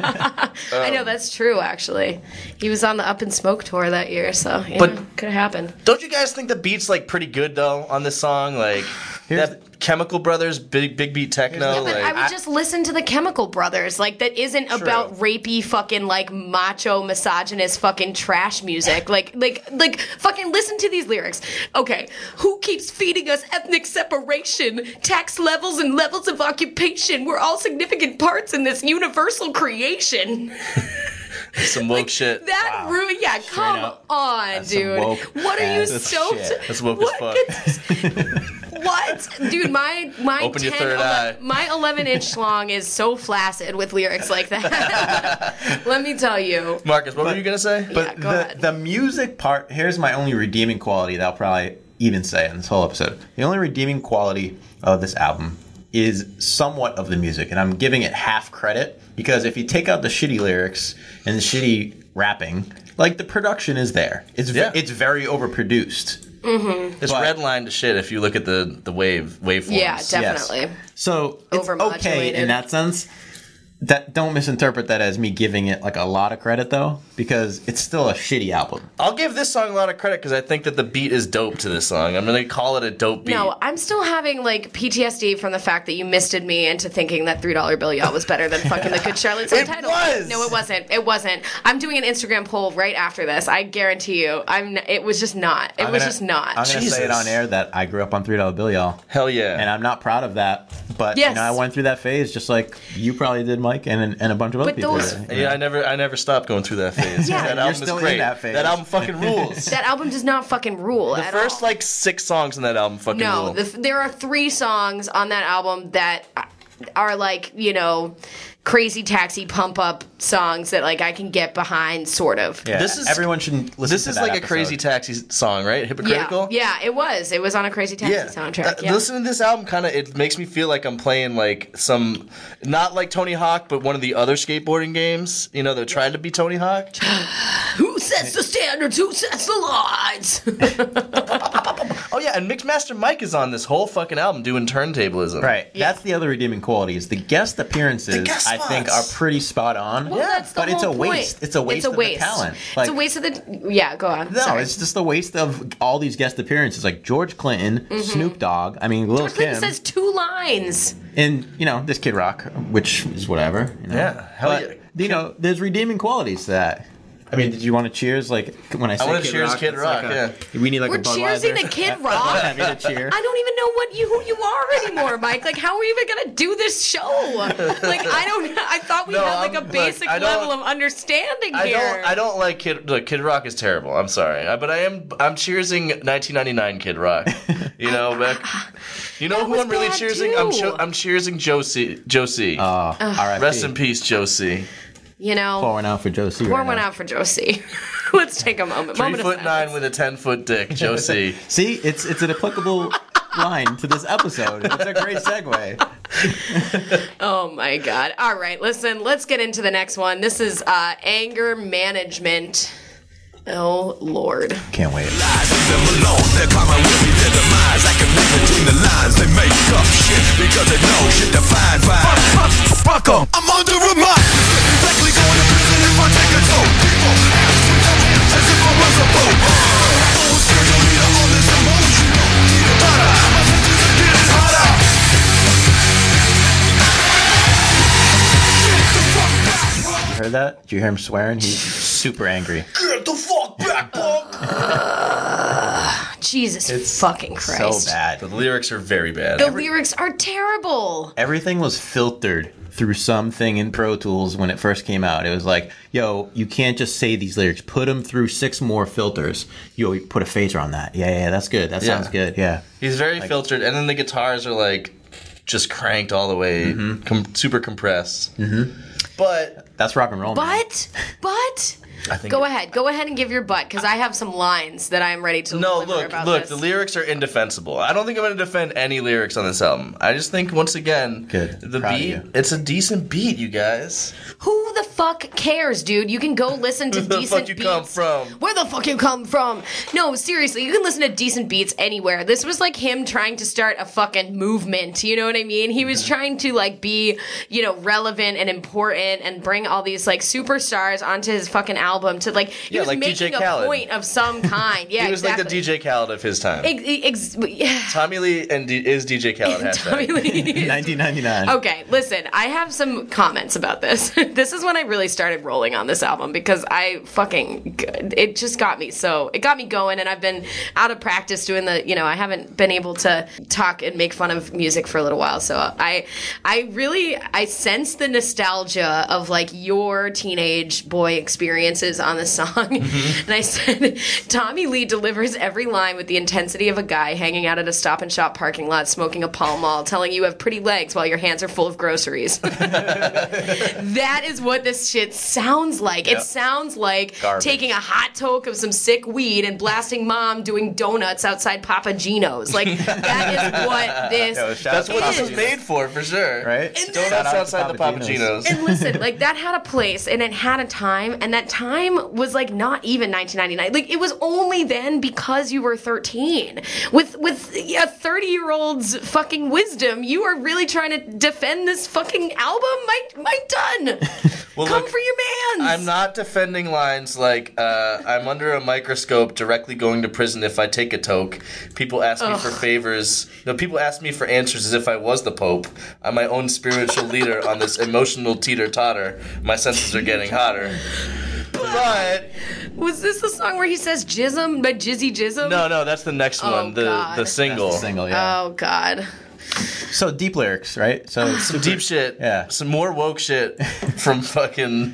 I know that's true. Actually, he was on the Up in Smoke tour that year, so yeah, But- could have happened. Don't you guys think the beat's like pretty good though on this song? Like Here's that Chemical Brothers big big beat techno. Yeah, But like, I would just listen to the Chemical Brothers. Like that isn't about rapey fucking like macho misogynist fucking trash music. Like like like fucking listen to these lyrics. Okay, who keeps feeding us ethnic separation, tax levels and levels of occupation? We're all significant parts in this universal creation. some woke shit. That Wow. rude, yeah. come up. on, some dude. woke What are you ass so? shit. That's woke as what fuck. gets- what, dude? My my Open your 10, third eye. my eleven inch long is so flaccid with lyrics like that. Let me tell you. Marcus, what were you gonna say? Yeah, But go the, ahead. the music part, here's my only redeeming quality that I'll probably even say in this whole episode. The only redeeming quality of this album is somewhat of the music, and I'm giving it half credit because if you take out the shitty lyrics and the shitty rapping, like the production is there. It's ve- Yeah. it's very overproduced. it's but- red line to shit if you look at the the wave waveforms. Yeah, Yes. definitely. So it's okay Overmodulated. in that sense. That don't misinterpret that as me giving it like a lot of credit though, because it's still a shitty album. I'll give this song a lot of credit because I think that the beat is dope to this song. I'm gonna call it a dope beat. No, I'm still having like PTSD from the fact that you misted me into thinking that three dollar bill y'all was better than fucking the Good Charlotte's It title. was! No, it wasn't. It wasn't. I'm doing an Instagram poll right after this. I guarantee you. I'm. n- It was just not. It I'm was gonna- just not. I'm gonna say it Jesus. on air that I grew up on three dollar bill, y'all. Hell yeah. and I'm not proud of that. But Yes. you know, I went through that phase just like you probably did, Mike, and and a bunch of other But people. those- did. yeah, I never, I never stopped going through that phase. Yeah. that You're album still is in great. that phase. album fucking rules. that album does not fucking rule. the at first all. like six songs in that album fucking No, rule. the, there are three songs on that album that are like you know crazy taxi pump up songs that like I can get behind, sort of. Yeah, This is- everyone should listen. This to is that like a episode. crazy taxi song, right? Hypocritical. Yeah, yeah, it was. It was on a Crazy Taxi soundtrack. Uh, yeah. Listening to this album kind of it makes me feel like I'm playing like some not like Tony Hawk, but one of the other skateboarding games. You know, they're trying to be Tony Hawk. Who sets the standards? Who sets the lines? Oh yeah, and Mixmaster Mike is on this whole fucking album doing turntablism. Right. That's the other redeeming quality is the guest appearances. guest I think are spots. pretty spot on. Well, that's the but it's a whole point. waste. It's a waste of the talent. it's a Like- waste of the. Yeah, go on. No, Sorry. it's just the waste of all these guest appearances, like George Clinton, Snoop Dogg. I mean, Lil Mm-hmm. George Kim, Clinton says two lines. and you know this Kid Rock, which is whatever. You know. Yeah, hell But, yeah. You know, there's redeeming qualities to that. I mean, did you want to cheers? Like when I say wanna Kid cheers Rock, Kid it's Rock, like a- we need like We're a Budweiser. cheersing to Kid Rock. Happy to cheer. I don't even know what you who you are anymore, Mike. Like, how are you even gonna do this show? Like, I don't. I thought we No, had like I'm- a look, basic I don't- level of understanding I here. don't. I don't like Kid. Look, Kid Rock is terrible. I'm sorry, I, but I am. I'm cheersing 1999 Kid Rock. You know, back. You know who was I'm really bad, cheersing? I'm. too. Cho- I'm cheersing Josie. Josie. Oh, R.I.P. Rest in peace, Josie. You know, Pour one out for Joe. pour one out for Josie. Let's take a moment. Three moment of foot nine silence. with a ten foot dick, Josie. See, it's it's an applicable line to this episode. It's a great segue. Oh my God. All right, listen, let's get into the next one. This is uh, anger management. Oh, Lord. Can't wait. Them alone, they're common with me, they're the minds. I can read between the lines. They make up shit because they know shit to find. Fuck, fuck, fuck 'em. I'm under a mind. Likely going to prison if I take a toll. People ask me as if I was a boat. Old spiritual leader, all this emotion. Need a butter. My senses are getting hotter. You heard that? Did you hear him swearing? He's super angry. Get the fuck back, punk! Uh, Jesus fucking Christ. So bad. The lyrics are very bad. The lyrics are terrible. everything was filtered through something in Pro Tools when it first came out. It was like, yo, you can't just say these lyrics. Put them through six more filters. Yo, you put a phaser on that. Yeah, yeah, yeah, that's good. That Yeah. sounds good. Yeah. He's very filtered, and then the guitars are like just cranked all the way, Mm-hmm. com- super compressed. Mm-hmm. But That's rock and roll. man. But, but, I think go ahead. Go ahead and give your butt because I have some lines that I am ready to No, deliver look, about look. this. The lyrics are indefensible. I don't think I'm going to defend any lyrics on this album. I just think once again, Good. the Proud of beat. you. It's a decent beat, you guys. Who the fuck cares, dude? You can go listen to Where the decent fuck you beats. come from? Where the fuck you come from? No, seriously, you can listen to decent beats anywhere. This was like him trying to start a fucking movement. You know what I mean? He was trying to like be, you know, relevant and important and bring all these like superstars onto his fucking album to like he Yeah, was like DJ making a Khaled. point of some kind. Yeah, He was exactly. like the DJ Khaled of his time. Ex- ex- yeah. Tommy Lee and D- is DJ Khaled. hashtag. Tommy Lee. 1999. Okay, listen, I have some comments about this. this is when I really started rolling on this album because I fucking it just got me. So, it got me going and I've been out of practice doing the, you know, I haven't been able to talk and make fun of music for a little while. So, I I really I sense the nostalgia of like your teenage boy experiences on this song. Mm-hmm. and I said Tommy Lee delivers every line with the intensity of a guy hanging out at a stop and shop parking lot smoking a palm mall telling you have pretty legs while your hands are full of groceries. that is what this shit sounds like. It sounds like Garbage. taking a hot toke of some sick weed and blasting mom doing donuts outside Papa Gino's. Like that is what this Yo, shout That's out what this to was Papa made for, for sure. Right? And Donuts then- outside the Papa Gino's. and listen, like that had a place and it had a time, and that time was like not even 1999. Like it was only then because you were 13. With with a 30 year old's fucking wisdom, you are really trying to defend this fucking album, Mike. Mike Dunn, come look, for your man's. I'm not defending lines like uh, I'm under a microscope, directly going to prison if I take a toke. People ask me for favors. No, people ask me for answers as if I was the pope. I'm my own spiritual leader on this emotional teeter totter. My senses are getting hotter. But Was this the song where he says "jism" but "jizzy jism"? no, no, that's the next one. the God. the single. Single, yeah. Oh God. Oh. so deep lyrics, right? So Some deep shit. Yeah. Some more woke shit from fucking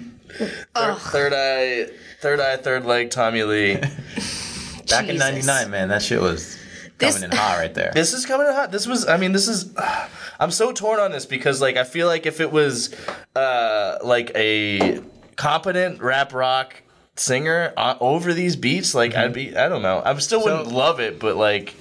third, third eye, third eye, third leg, Tommy Lee. back in Jesus. '99, man, that shit was This- coming in hot right there. This is coming in hot. This was, I mean, this is. I'm so torn on this because, like, I feel like if it was, uh, like a competent rap rock singer uh, over these beats, like, I'd be, I don't know. I still wouldn't love it, but like,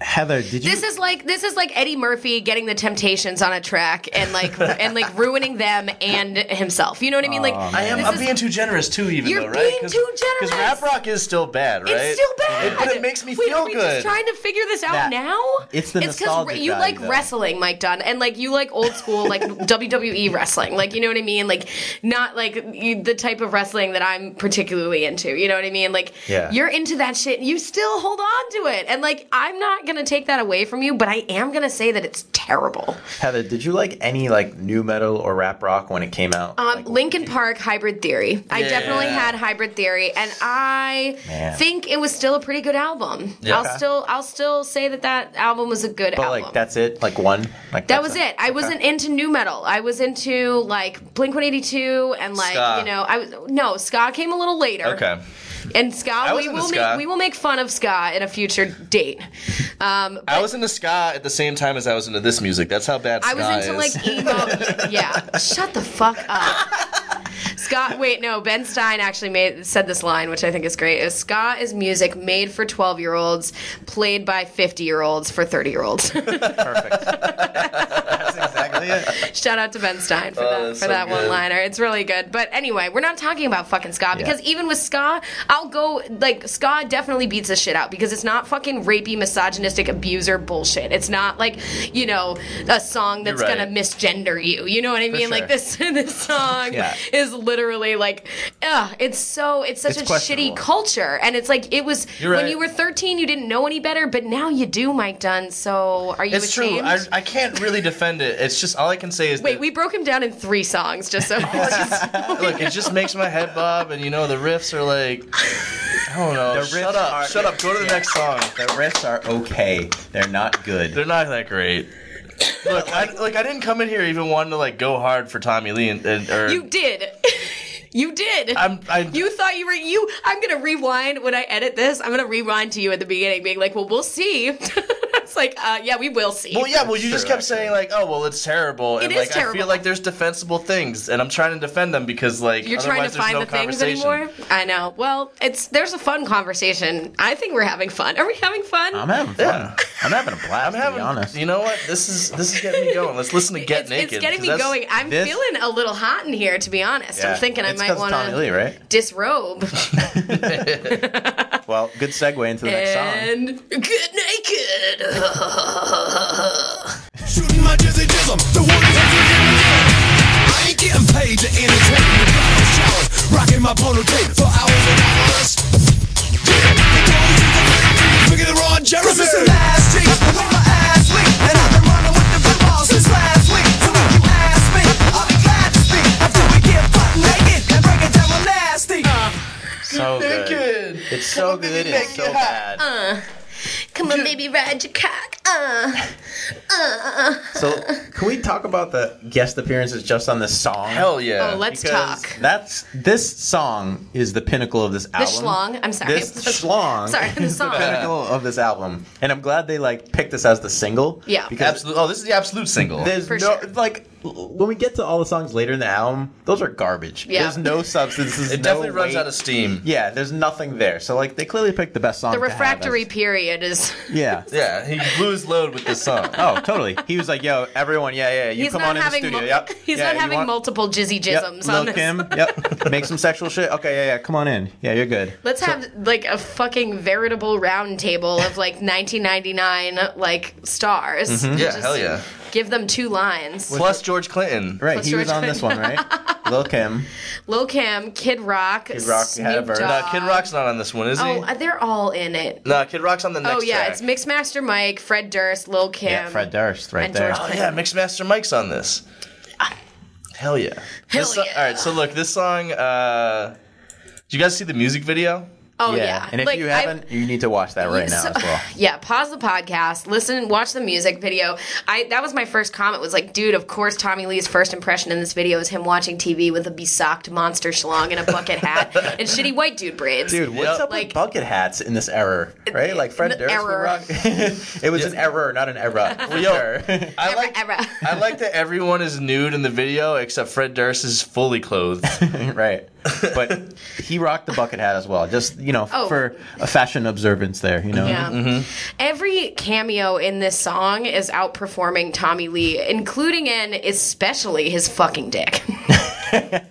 Heather, did you? This is like this is like Eddie Murphy getting the Temptations on a track and like and like ruining them and himself. You know what I mean? Like I am. this I'm is- being too generous too, even You're though, right? being too generous. Because rap rock is still bad, right? It's still bad. It- but it makes me Wait, feel are we good. just trying to figure this out That- now? it's the nostalgia you value, like though. wrestling, Mike Dunn, and like you like old school like WWE wrestling. Like you know what I mean? Like not like you, the type of wrestling that I'm particularly into. You know what I mean? Like Yeah. you're into that shit. You still hold on to it, and like I'm not gonna take that away from you, but I am gonna say that it's terrible. Heather, did you like any like new metal or rap rock when it came out? oh, Um, Lincoln Park Hybrid Theory. I definitely Yeah. had Hybrid Theory, and I Man. think it was still a pretty good album. Yeah. I'll still I'll still say that that album was a good but album. like that's it. Like one. Like that that's was it. I wasn't into new metal. I was into like Blink One Eighty Two and like Ska. you know I was no ska came a little later. Okay. and ska was we into will ska. make we will make fun of ska in a future date. Um, I was into ska at the same time as I was into this music. That's how bad ska I was into is. like emo. yeah. Shut the fuck up. Scott, wait, no. Ben Stein actually made said this line, which I think is great. Is ska is music made for twelve year olds, played by fifty year olds for thirty year olds. perfect. that's exactly it. Shout out to Ben Stein for that Oh, that's for so that good. one liner. It's really good. But anyway, we're not talking about fucking ska because even with ska, I'll go like ska definitely beats this shit out because it's not fucking rapey, misogynistic abuser bullshit. It's not like you know a song that's You're right. gonna misgender you. You know what I mean? Like sure. this this song Yeah. is literally like, ugh, it's so it's such It's a shitty questionable. culture, and it's like it was You're when right. you were 13, you didn't know any better, but now you do, Mike Dunn. So are you? It's true. ashamed? I, I can't really defend it. It's just all I can say is Wait, that- we broke him down in three songs, just so. just- Look, it just makes my head bob, and you know the riffs are like, I don't know. The shut riffs up, are- shut up. Go to the next song. The riffs are okay. They're not good. They're not that great. Look, I, like I didn't come in here even wanting to like go hard for Tommy Lee, and, and or you did. you did. I'm I, you thought you were you. I'm gonna rewind when I edit this. I'm gonna rewind to you at the beginning, being like, "Well, we'll see." it's like, uh, yeah, we will see. Well, yeah. Well, you just true, kept saying like, oh, well, it's terrible, and It is like I terrible. feel like there's defensible things, and I'm trying to defend them because like You're trying otherwise to there's find no the things conversation. anymore. I know. Well, it's there's a fun conversation. I think we're having fun. Are we having fun? I'm having fun. I'm having a blast. I'm to be honest. having. You know what? This is this is getting me going. Let's listen to Get it's, Naked. it's getting 'cause me that's- going. I'm this- feeling a little hot in here, to be honest. Yeah. I'm thinking It's I might 'cause want of Tommy Lee, to right? disrobe Well, good segue into the next song. and get naked. Shooting my jizzy jism, the one that's in I ain't getting paid to entertain you while I'm showering. Rocking my polo tape for hours and hours. Figure the Ron Jeremy. This is last week, with my ass week, and I've been running with the football since last week. So if you ask me, I'll be glad to speak after we get butt naked and break it down with nasty. So good. It's so good. It's so bad. Uh. Come on, baby, ride your cock. Uh. So, can we talk about the guest appearances just on this song? Hell yeah. Oh, let's Because talk. That's this song is the pinnacle of this The album. schlong. I'm sorry. This schlong. Sorry, the is song. the pinnacle of this album, and I'm glad they like picked this as the single. Yeah. because Absolute. Oh, this is the absolute single. There's For no sure. like when we get to all the songs later in the album, those are garbage. Yeah. There's no substance. There's It no definitely runs weight. out of steam. Yeah, there's nothing there. So like they clearly picked the best song. the to have as- refractory period is. Yeah. Yeah, he blew his load with this song. Oh, totally. He was like, "Yo, everyone, yeah, yeah, you He's come not on in the having. studio." mul- yep. He's yeah, not you having want- multiple jizzy yep. jisms Um, Lil on this. Kim. Yep. Make some sexual shit. Okay, yeah, yeah. Come on in. Yeah, you're good. Let's have like a fucking veritable round table of like 1999 like stars. Mm-hmm. Yeah, Just hell yeah. Give them two lines. Plus George Clinton. Right, Plus he was George on this one, right? Lil Kim. Lil Kim, Kid Rock, Kid Rock, Snoop had a verse. Dogg. No, Kid Rock's not on this one, is he? Oh, they're all in it. no, Kid Rock's on the next oh yeah, track. it's Mixmaster Mike, Fred Durst, Lil Kim. Yeah, Fred Durst, right and there. George- Oh yeah, Mixmaster Mike's on this. Hell yeah. Ah. Hell this so- yeah. all right, so look, this song. uh Did you guys see the music video? Oh yeah. And if Like, you I- haven't, you need to watch that right now So- as well. Yeah, pause the podcast, listen, watch the music video. I that was my first comment was like, dude, of course Tommy Lee's first impression in this video is him watching TV with a besocked monster schlong and a bucket hat and shitty white dude braids. Dude, what's Yep. up Like- with bucket hats in this error, right? Like Fred An Durst. would error. rock- it was an error, not an era. For yo, sure. I Era, like era. I like that everyone is nude in the video except Fred Durst is fully clothed. right. But he rocked the bucket hat as well, just you know, f- Oh. for a fashion observance there. You know, Yeah. Mm-hmm. Every cameo in this song is outperforming Tommy Lee, including and especially his fucking dick.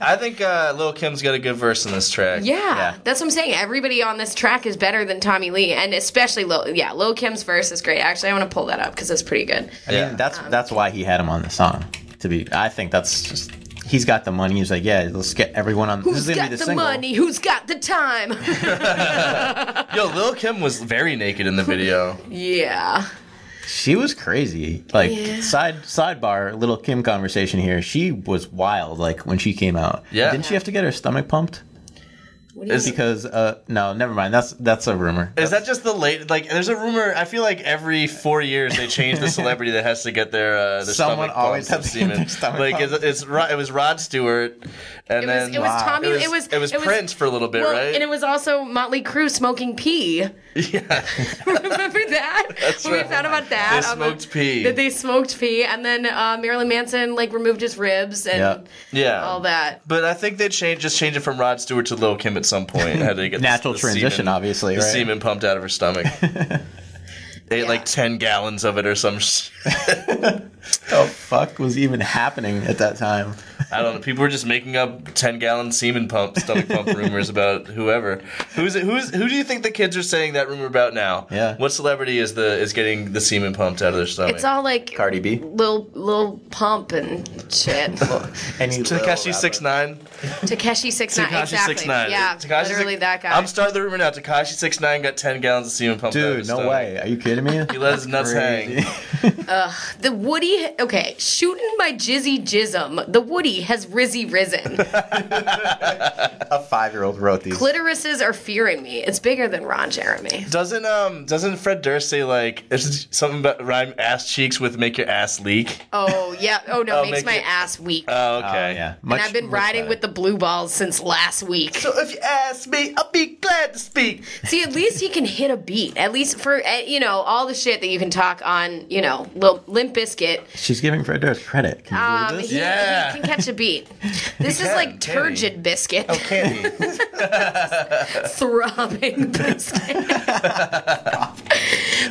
I think uh, Lil Kim's got a good verse in this track. Yeah, Yeah. that's what I'm saying. Everybody on this track is better than Tommy Lee, and especially Lil. Yeah, Lil Kim's verse is great. Actually, I want to pull that up because it's pretty good. I mean, Yeah. that's Um, that's why he had him on the song. To be, I think that's just he's got the money. He's like, yeah, let's get everyone on. Who's this is gonna got be the the, single. money? Who's got the time? Yo, Lil Kim was very naked in the video. yeah. She was crazy. Like Yeah. side sidebar, little Kim conversation here. She was wild. Like when she came out. Yeah. Didn't she have to get her stomach pumped? What do you Is- mean? Because uh no, never mind. That's that's a rumor. Is that just the late? Like, there's a rumor. I feel like every four years they change the celebrity that has to get their, uh, their Someone stomach always bumps has to and get their stomach Like, it's, bumps. it's Ro- it was Rod Stewart, and It was, then it was Wow. Tommy. It was- It was, it was Prince for a little bit, well, right? And it was also Motley Crue smoking pee. Yeah. Remember that? That's when right. we found about that. They on the- smoked pee. That they smoked pee, and then uh, Marilyn Manson like removed his ribs and Yep. yeah, all that. But I think they changed just change it from Rod Stewart to Lil Kim at some point. Had to get the- Natural the transition, semen- obviously, the right? semen pumped out of her stomach. Ate like ten gallons of it or some. Sh- the fuck was even happening at that time? I don't know. People were just making up ten gallon semen pump, stomach pump rumors about whoever. Who's it, who's who do you think the kids are saying that rumor about now? Yeah. What celebrity is the is getting the semen pumped out of their stomach? It's all like Cardi B. Lil Lil Pump and shit. Any little Takashi rapper. six nine. Takeshi six nine. Takashi Exactly. six nine. Yeah. Tekashi literally six- that guy. I'm starting the rumor now. Takashi six nine got ten gallons of semen pumped out of Dude, his no stomach. way. Are you kidding me? He let his nuts hang. the Woody. Okay, shooting by Jizzy Jism. The Woody has Rizzy risen. A five year old wrote these. Clitorises are fearing me. It's bigger than Ron Jeremy. Doesn't um doesn't Fred Durst say like it's something about rhyme ass cheeks with make your ass leak? Oh yeah. Oh no, Oh, makes make my it- ass weak. Oh, okay. Oh, yeah. and I've been riding with the blue balls since last week. So if you ask me, I'll be glad to speak. See, at least he can hit a beat. At least for eh, you know all the shit that you can talk on. You know, Lil, Limp Biscuit. She's giving Fred Durst credit. Can you Um, believe he, this? Yeah. he can catch a beat. This is can, like can he? turgid biscuit, Candy. throbbing biscuit.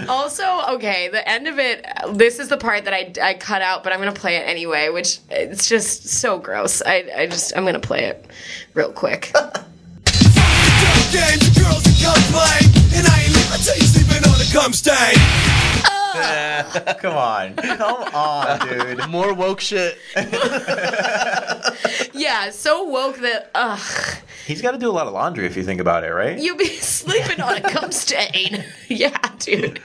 also, okay, the end of it. This is the part that I, I cut out, but I'm gonna play it anyway. Which it's just so gross. I, I just I'm gonna play it real quick. Damn, you girls and come play. And I ain't leaving till you sleeping on a cum stain. Come on. Come on, dude. More woke shit. yeah, so woke that ugh. He's got to do a lot of laundry if you think about it, right? You'll be sleeping on a cum stain. yeah, dude.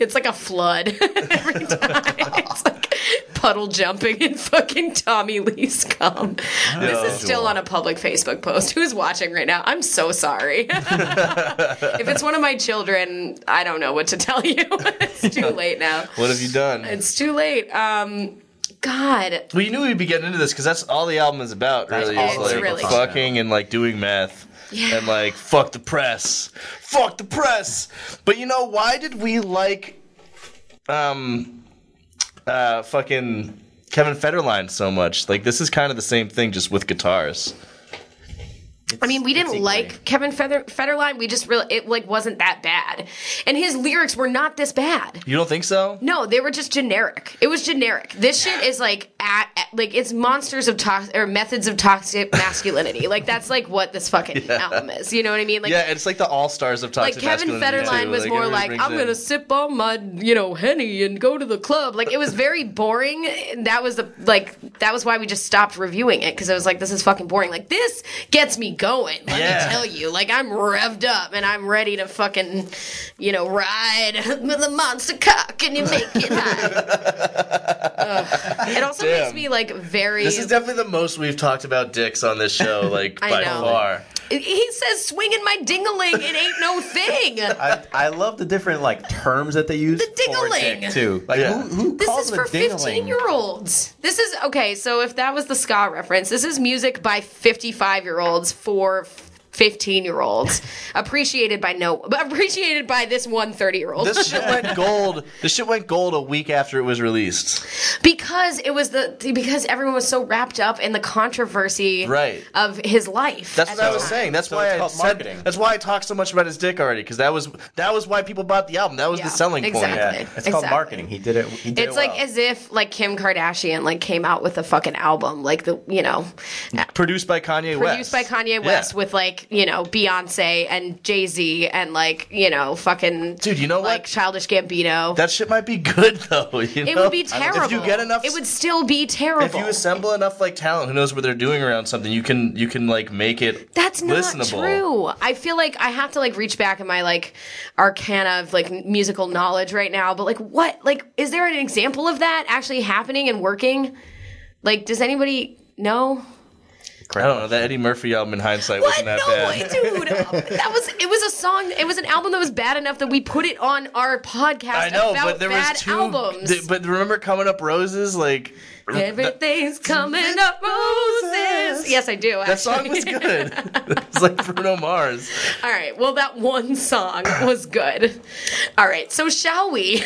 It's like a flood every time. It's like puddle jumping in fucking Tommy Lee's cum. This is still on a public Facebook post. Who's watching right now? I'm so sorry. if it's one of my children, I don't know what to tell you. it's too late now. What have you done? It's too late. Um, God, well, you knew we'd be getting into this because that's all the album is about. That's Really, all is the like lyrical content. fucking and like doing meth. Yeah. And like fuck the press, fuck the press. But you know why did we like, um, uh, fucking Kevin Federline so much? Like this is kind of the same thing, just with guitars. I mean, we didn't like Kevin Feather, Federline. We just really it like wasn't that bad, and his lyrics were not this bad. You don't think so? No, they were just generic. It was generic. This shit is like at, at- like it's monsters of tox or methods of toxic masculinity. like that's like what this fucking album is. You know what I mean? Like yeah, it's like the all stars of like toxic Kevin masculinity, Federline too. was more like, everybody I'm brings gonna in- sip on my, you know, henny and go to the club. Like it was very boring. And That was the like that was why we just stopped reviewing it because I was like, this is fucking boring. Like this gets me going. Let Yeah. me tell you, like I'm revved up and I'm ready to fucking, you know, ride with a monster cock and you make it high. Ugh. It also makes him. me like very. This is definitely the most we've talked about dicks on this show, like I by know. far. he says swinging my dingaling, it ain't no thing. I, I love the different like terms that they use. The for dick, dingling. too. Like Yeah. who, who This calls is it for a dingling? 15 year olds. This is okay, so if that was the ska reference, this is music by 55 year olds for 15 year olds. appreciated by no but appreciated by this one 30 year old. This shit went gold. This shit went gold a week after it was released. Because it was the because everyone was so wrapped up in the controversy Right. of his life. That's at what I the was time. saying. That's So why it's I called said, marketing. That's why I talked so much about his dick already, because that was that was why people bought the album. That was Yeah, the selling point. exactly. Yeah, it's called Exactly. marketing. He did it. He did It's it like well. as if like Kim Kardashian like came out with a fucking album like the you know Produced by Kanye West. produced by Kanye West with like you know Beyonce and Jay Z and like you know fucking Dude, you know what? like Childish Gambino. That shit might be good though. you it know? would be terrible. If you get enough, it would still be terrible. If you assemble enough like talent, who knows what they're doing around something? You can you can like make it. That's not listenable. true. I feel like I have to like reach back in my like arcana of like musical knowledge right now. But like, what like is there an example of that actually happening and working? Like, does anybody know? I don't know. That Eddie Murphy album in hindsight What? wasn't that no, bad. dude. That was it. Was a song. It was an album that was bad enough that we put it on our podcast. I know, about but there bad was two. albums. th- but remember coming up roses like. Everything's coming up roses. Yes, I do. That song was good. it's like Bruno Mars. All right. Well, that one song was good. All right. So shall we?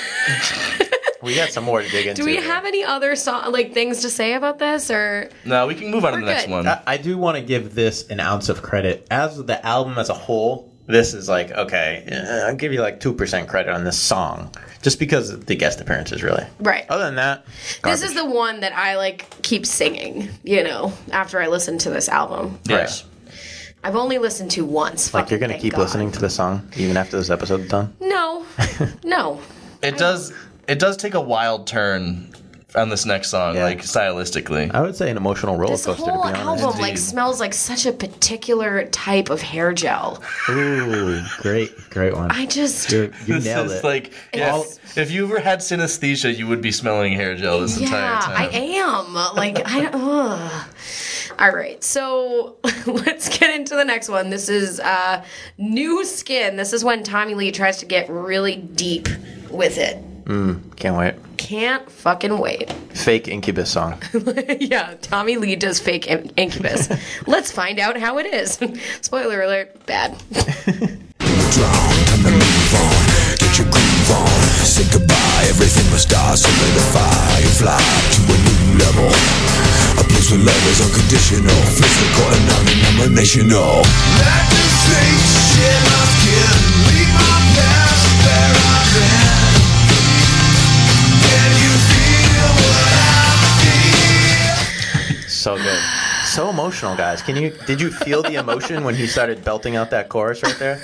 we got some more to dig into. Do we have any other song like things to say about this or No, we can move on to We're the next good. one. I, I do want to give this an ounce of credit as the album as a whole. This is like okay. eh, I'll give you like two percent credit on this song, just because of the guest appearances, really. right? Other than that, This is the one that I like keep singing. You know, after I listen to this album, Yes. I've only listened to once. like you're gonna keep listening to the song even after this episode's done. No, no. It does. It does take a wild turn on this next song, Yeah. Uh, like stylistically. I would say an emotional roller This coaster. To be whole honest. album like smells like such a particular type of hair gel. Ooh, great, great one. I just You, you This nailed is it. like yeah, It's- if you ever had synesthesia, you would be smelling hair gel this entire yeah, I time. am like I. don't- Ugh. All right, so let's get into the next one. This is uh, new skin. This is when Tommy Lee tries to get really deep with it. Can't wait. Can't fucking wait. Fake Incubus song. yeah, Tommy Lee does fake in- incubus. let's find out how it is. Spoiler alert, bad. Time to move on, get your groove on. Say goodbye, everything must die. Solidify and fly to a new level. A place where love is unconditional, physical and non-denominational. Let the face share my skin, leave my past where I've been. Can you feel what I feel? So good. So emotional, guys. Can you did you feel the emotion when he started belting out that chorus right there?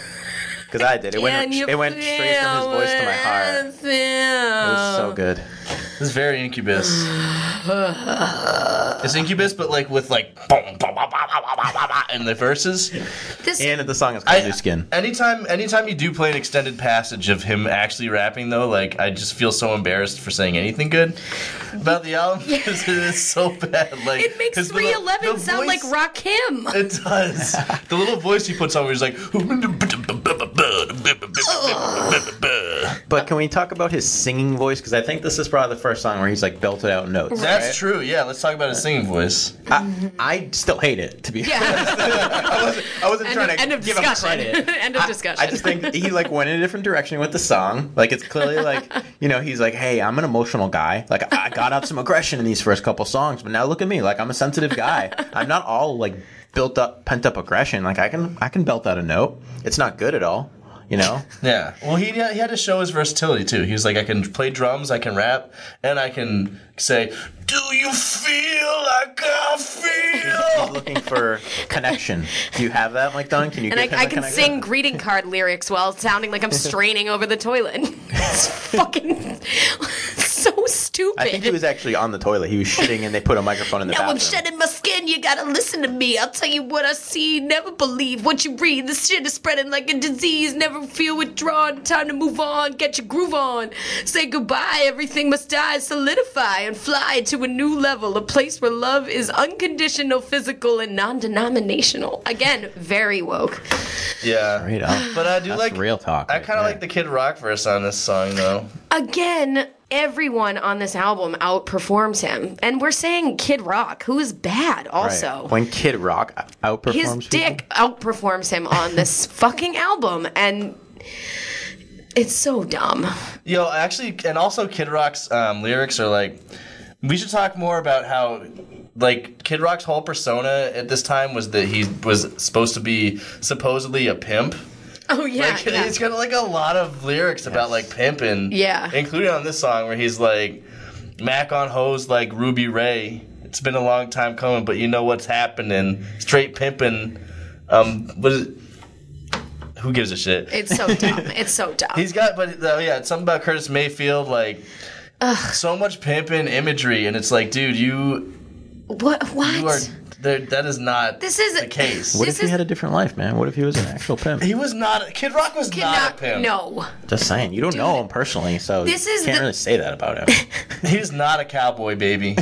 Because I did. It went it went straight from his voice to my heart. It was so good. This is very Incubus. it's Incubus, but like with like boom, boom, boom, boom, boom, boom, boom, boom, in the verses. This And the song is called I- New Skin. Anytime, anytime you do play an extended passage of him actually rapping, though, like I just feel so embarrassed for saying anything good about the album because it is so bad. Like it makes 'cause the- 311 the sound voice- like Rakim. It does. the little voice he puts on, where he's like, But can we talk about his singing voice? Because I think this is probably the first song where he's like belted out notes. "That's true." Yeah, let's talk about his singing voice. I, I still hate it to be. Yeah. I wasn't, I wasn't End trying of, to end of give discussion. him credit. end of discussion. I just think he like went in a different direction with the song. Like it's clearly like you know he's like, hey, I'm an emotional guy. Like I got out some aggression in these first couple songs, but now look at me. Like I'm a sensitive guy. I'm not all like built up, pent up aggression. Like I can I can belt out a note. It's not good at all. You know, Yeah. Well, he he had to show his versatility too. He was like, I can play drums, I can rap, and I can say, "Do you feel like I he's feel?" looking for connection. Do you have that, Mike Dunn? Can you? and give him I, I the can connection? sing greeting card lyrics while sounding like I'm straining over the toilet. It's fucking so stupid. I think he was actually on the toilet. He was shitting, and they put a microphone in the now bathroom. I'm shedding my skin. You gotta listen to me. I'll tell you what I see. Never believe what you read. This shit is spreading like a disease. Never feel withdrawn. Time to move on. Get your groove on. Say goodbye. Everything must die. Solidify and fly to a new level. A place where love is unconditional, physical, and non-denominational. Again, very woke. Yeah. Straight up. But I do That's like real talk. I right kind of there. like the Kid Rock verse on this song though. again, everyone on this album outperforms him. And we're saying Kid Rock, who is bad Right. also. when Kid Rock outperforms His people- dick outperforms him on this fucking album. And it's so dumb. Yo, actually, and also Kid Rock's um, lyrics are like, we should talk more about how, like, Kid Rock's whole persona at this time was that he was supposed to be supposedly a pimp. Oh, yeah. Like, yeah. He's got like a lot of lyrics about like pimping. Yeah. Including on this song where he's like, Mac on hoes like Ruby Ray. It's been a long time coming, but you know what's happening. Straight pimping. Um, what is it? Who gives a shit? It's so dumb. It's so dumb. He's got, but uh, yeah, it's something about Curtis Mayfield, like so much pimping imagery, and it's like, dude, you what? What? you are there. That is not This isn't- the case. What This if he is- had a different life, man? What if he was an actual pimp? He was not. Kid Rock was Kid not a Rock- pimp. No. Just saying, you don't know him personally, so This is you can't the- really say that about him. he's not a cowboy, baby.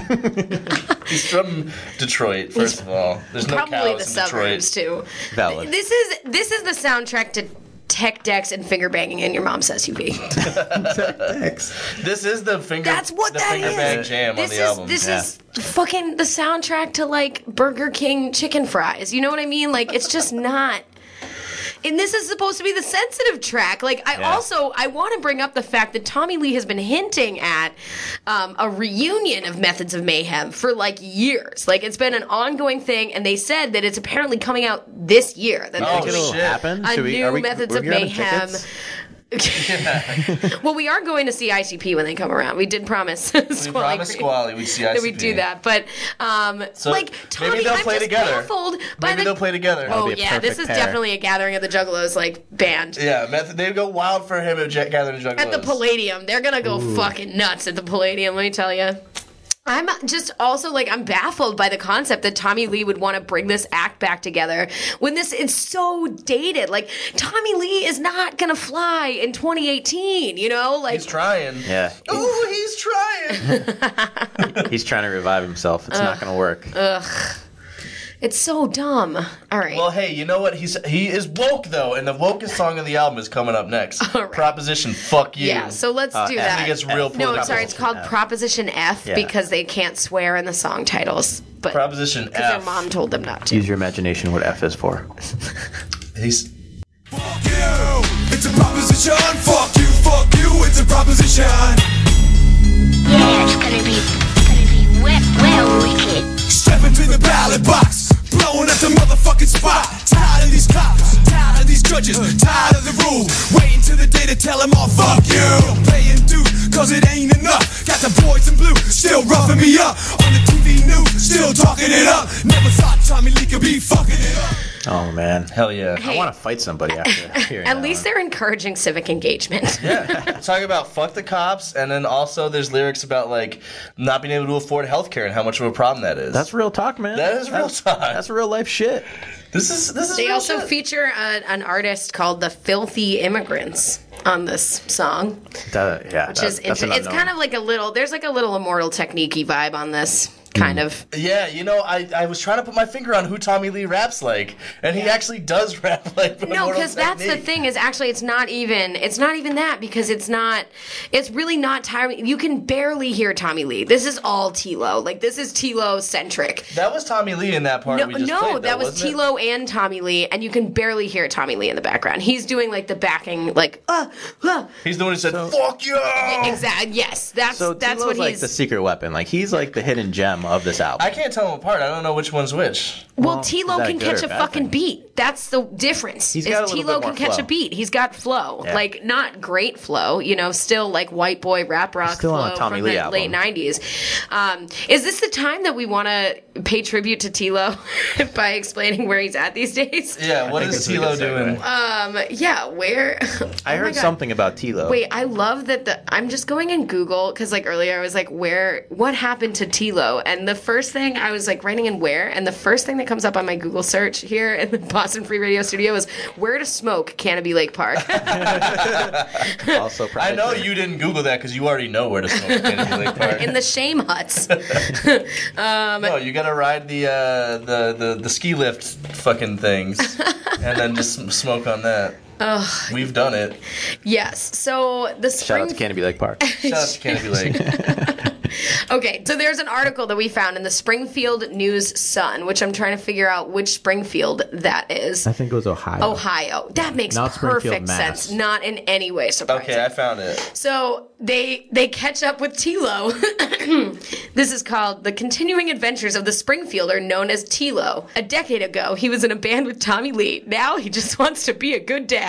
he's from Detroit, first of all. There's no Probably cows the in Detroit. suburbs, too. Valid. This is this is the soundtrack to tech decks and finger banging in your mom's SUV. This is the finger. That's what the that finger is. bang jam this on the is album. this Yeah. is fucking the soundtrack to like Burger King chicken fries. You know what I mean? Like it's just not. And this is supposed to be the sensitive track. Like I Yeah. also I want to bring up the fact that Tommy Lee has been hinting at um, a reunion of Methods of Mayhem for like years. Like it's been an ongoing thing, and they said that it's apparently coming out this year. That Oh, they're doing It'll shit. happen. a Should we- new are we- Methods we're of grabbing Mayhem. tickets? well, we are going to see ICP when they come around. We did promise. we promised Squally we'd see that we do that. But um, So like Tommy, maybe they'll I'm play just together. baffled by Maybe the. they'll play together. oh be a yeah, this perfect is pair. definitely a gathering of the Juggalos like band. Yeah, method, they go wild for him at Jet Gathering Juggalos. At the Palladium, they're gonna go fucking nuts at the Palladium. Let me tell you. I'm just also like I'm baffled by the concept that Tommy Lee would want to bring this act back together when this it's so dated. Like Tommy Lee is not gonna fly in 2018. You know, like He's trying. Yeah, Ooh, he's trying. he's trying to revive himself. It's not going to work. it's so dumb. All right. well, hey, you know what? He's he is woke though, and the wokest song on the album is coming up next. All right. Proposition, fuck you. yeah. So let's do F. that. he uh, gets real. No, political. I'm sorry. It's called Proposition F Yeah. because they can't swear in the song titles, but because Proposition their F. mom told them not to. Use your imagination. What F is for? He's Fuck you, it's a proposition. Fuck you, fuck you, it's a proposition. Yeah, it's gonna be, gonna be well, well wicked. Step into the ballot box, blowing up the motherfucking spot. Tired of these cops, tired of these judges, tired of the rule. Waiting till the day to tell them all, fuck you. Paying dues, cause it ain't enough. Got the boys in blue, still roughing me up. On the TV news, still talking it up. Never thought Tommy Lee could be fucking it up. Oh man, hell yeah. I want to fight somebody after. hearing At that least one. they're encouraging civic engagement. Talking about fuck the cops, and then also there's lyrics about like not being able to afford healthcare and how much of a problem that is. that's real talk, man. That is real talk. That's real life shit. this is this is. they real also shit. feature a, an artist called the Filthy Immigrants on this song, That- yeah, which is inter- it's kind of like a little. There's like a little immortal techniquey vibe on this kind of. yeah, you know, I, I was trying to put my finger on who Tommy Lee raps like, and he actually does rap like. No, Immortal because that's the Technique. thing is actually it's not even it's not even that because it's not it's really not Tommy. You can barely hear Tommy Lee. This is all Tilo. Like this is Tilo centric. That was Tommy Lee in that part. No, we just no, played, though, that was wasn't it? Tilo and Tommy Lee, and you can barely hear Tommy Lee in the background. He's doing like the backing, like uh, uh. He's the one who said, "Fuck you." exactly. Yes, that's Oh. So that's T-Lo's what like he's. the secret weapon. Like he's like the hidden gem rhythm of this album. I can't tell them apart. I don't know which one's which. Well, T-Lo that can good or catch a bad fucking thing? beat. That's the difference. He's is got a little T-Lo bit can more catch a flow. beat. He's got flow. Yeah. Like not great flow, you know, still like white boy rap rock Still flow on a Tommy from Lee the album. late 90s. Um, is this the time that we want to pay tribute to T-Lo by explaining where he's at these days? Yeah, what think is this is a T-Lo good segue. doing? Um, yeah, where Oh I heard God. something about Tilo. Wait, I love that the I'm just going in Google because like earlier I was like, where what happened to Tilo? And the first thing I was like writing in where, and the first thing that comes up on my Google search here in the Boston Free Radio Studio is where to smoke Canopy Lake Park. also, I know you didn't Google that because you already know where to smoke. Kennedy Lake Park. in the shame huts. no, you gotta ride the, uh, the the the ski lift fucking things, and then just sm- smoke on that. We've done it. yes. So the Shout spring out to Canopy Lake Park. Shout out to Canopy Lake. Okay, so there's an article that we found in the Springfield News Sun, which I'm trying to figure out which Springfield that is. I think it was Ohio. Ohio. That makes Not Springfield, perfect Mass. sense. Not in any way surprising. Okay, I found it. So they they catch up with Tilo. this is called the continuing adventures of the Springfielder known as Tilo. A decade ago, he was in a band with Tommy Lee. Now he just wants to be a good dad.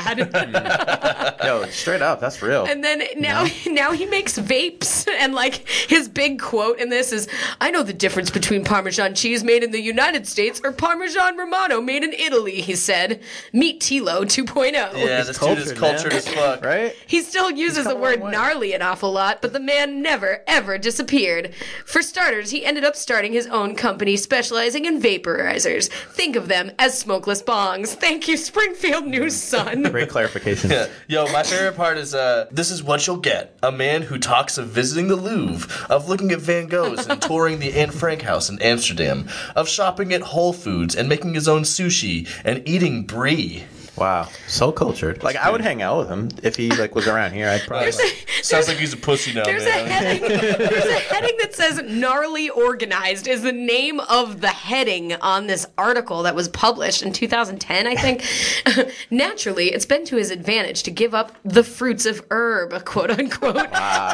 Yo, straight up, that's real. and then now now he makes vapes and like his big quote in this is, "I know the difference between Parmesan cheese made in the United States or Parmesan Romano made in Italy," he said. Meet Tilo 2.0. Yeah, this dude is cultured, cultured man. as fuck. right? He still uses the word gnarly an awful lot, but the man never, ever disappeared. For starters, he ended up starting his own company specializing in vaporizers. Think of them as smokeless bongs. Thank you, Springfield News Sun. Great clarification. Yeah. Yo, my favorite part is uh, this is what you'll get: a man who talks of visiting the Louvre, of looking at Van Gogh's and touring the Anne Frank House in Amsterdam, of shopping at Whole Foods and making his own sushi and eating brie. Wow, so cultured. Like I would hang out with him if he like was around here. I'd probably. Sounds like he's a pussy now, There's a man. heading. There's a heading that says "gnarly organized" is the name of the heading on this article that was published in 2010, I think. Naturally, it's been to his advantage to give up the fruits of herb, quote unquote.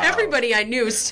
Everybody I knew. His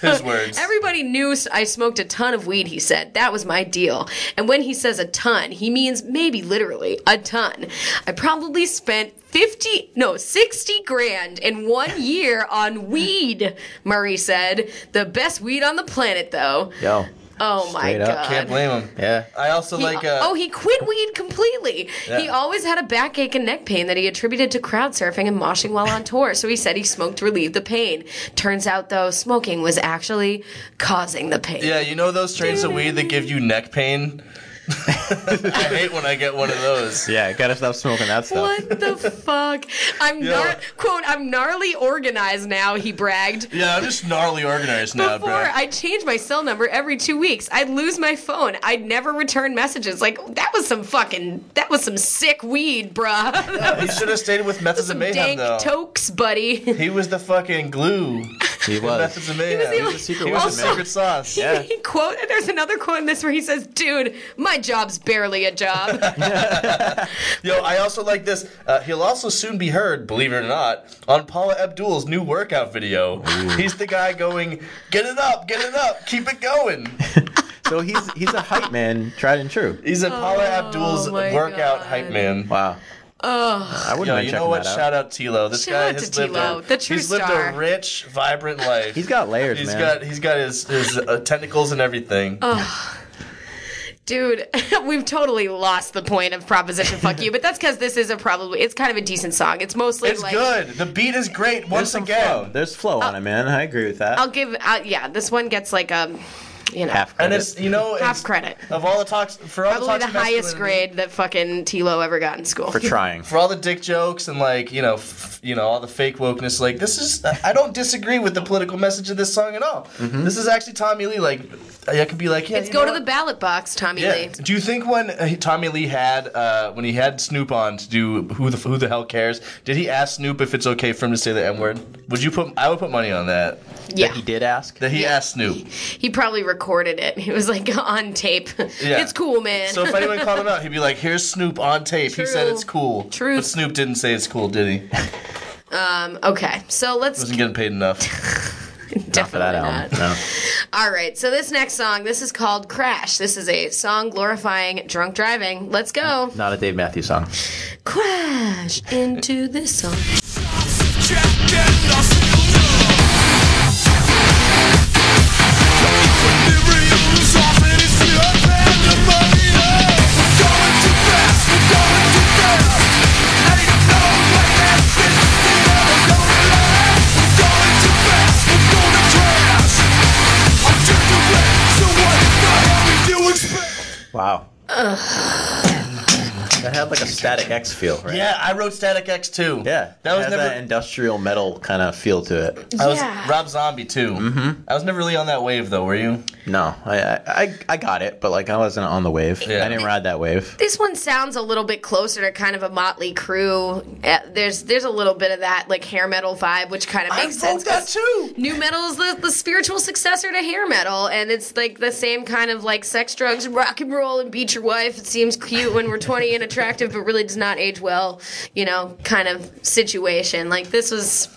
words. Everybody knew s- I smoked a ton of weed. He said that was my deal. And when he says a ton, he means maybe literally a ton. I probably spent. 50 no 60 grand in one year on weed murray said the best weed on the planet though Yo. oh my Straight up. god Can't blame him. Yeah. I also He- like. Uh, oh, he quit weed completely. Yeah. He always had a backache and neck pain that he attributed to crowd surfing and moshing while on tour. So he said he smoked to relieve the pain. Turns out, though, smoking was actually causing the pain. Yeah, you know those strains of weed that give you neck pain? I hate when I get one of those. Yeah, gotta stop smoking that stuff. What the fuck? I'm Yeah. gnar- quote. I'm gnarly organized now. He bragged. Yeah, I'm just gnarly organized now, Before bro. I changed my cell number every two weeks, I'd lose my phone. I'd never return messages. Like that was some fucking that was some sick weed, bruh. He should have stayed with Methods of some Mayhem, dank though. tokes, buddy. he was the fucking glue. He Methods was. of Mayhem. He was, the secret he weapon, was the man. secret sauce. Yeah. He quote and there's another quote in this where he says, "Dude, my job's barely a job." Yo, I also like this. Uh, he'll also soon be heard, believe it or not, on Paula Abdul's new workout video. He's the guy going, "Get it up, get it up, keep it going." So he's he's a hype man, tried and true. He's a Paula Abdul's Oh my workout God. hype man. Wow. Oh, I wouldn't Yo, mind you checking know what? that out. Shout out Tilo. This Shout guy out has to lived Tilo, a, the true he's star. lived a rich, vibrant life. He's got layers, He's man. got he's got his his uh, tentacles and everything. Oh, Dude, we've totally lost the point of Proposition Fuck You, but that's because this is a probably it's kind of a decent song. It's mostly it's like good. The beat is great. There's Once some again, flow. There's flow on it, man. I agree with that. I'll give out. Yeah, this one gets like um, you know, Half and credit. it's you know half it's- credit. of all the talks for all Probably the, the toxic highest masculinity- grade that fucking Tilo ever got in school. for trying. for all the dick jokes and like you know f- you know all the fake wokeness like this is i don't disagree with the political message of this song at all Mm-hmm. this is actually tommy lee like i could be like yeah Let's you go know to what? the ballot box, Tommy yeah. Lee. Do you think when uh, Tommy Lee had uh, when he had Snoop on to do who the who the hell cares? Did he ask Snoop if it's okay for him to say the N word? Would you put? I would put money on that. Yeah, He did ask. That he Yeah. asked Snoop. he probably recorded it. He was like on tape. Yeah. It's cool, man. So if anyone called him out, he'd be like, "Here's Snoop on tape. True. He said it's cool." True. But Snoop didn't say it's cool, did he? okay, so let's Wasn't getting paid enough. not for that Definitely not. album. No. All right, so this next song, this is called Crash. This is a song glorifying drunk driving. Let's go. Not a Dave Matthews song. Crash into this song. Wow. that had like a Static X feel, right? Yeah, I wrote Static X too. Yeah, that it was has never. that industrial metal kind of feel to it. I was Yeah. Rob Zombie too. Mm-hmm. I was never really on that wave though. Were you? No, I, I I- I got it, but like I wasn't on the wave. Yeah. I didn't ride that wave. This one sounds a little bit closer to kind of a Motley Crue. Uh, There's there's a little bit of that like hair metal vibe, which kind of makes sense. 'cause too. New metal is the, the spiritual successor to hair metal, and it's like the same kind of like sex, drugs, rock and roll, and beat your wife. It seems cute when we're 20 and attractive, but really does not age well, you know, kind of situation. Like this was.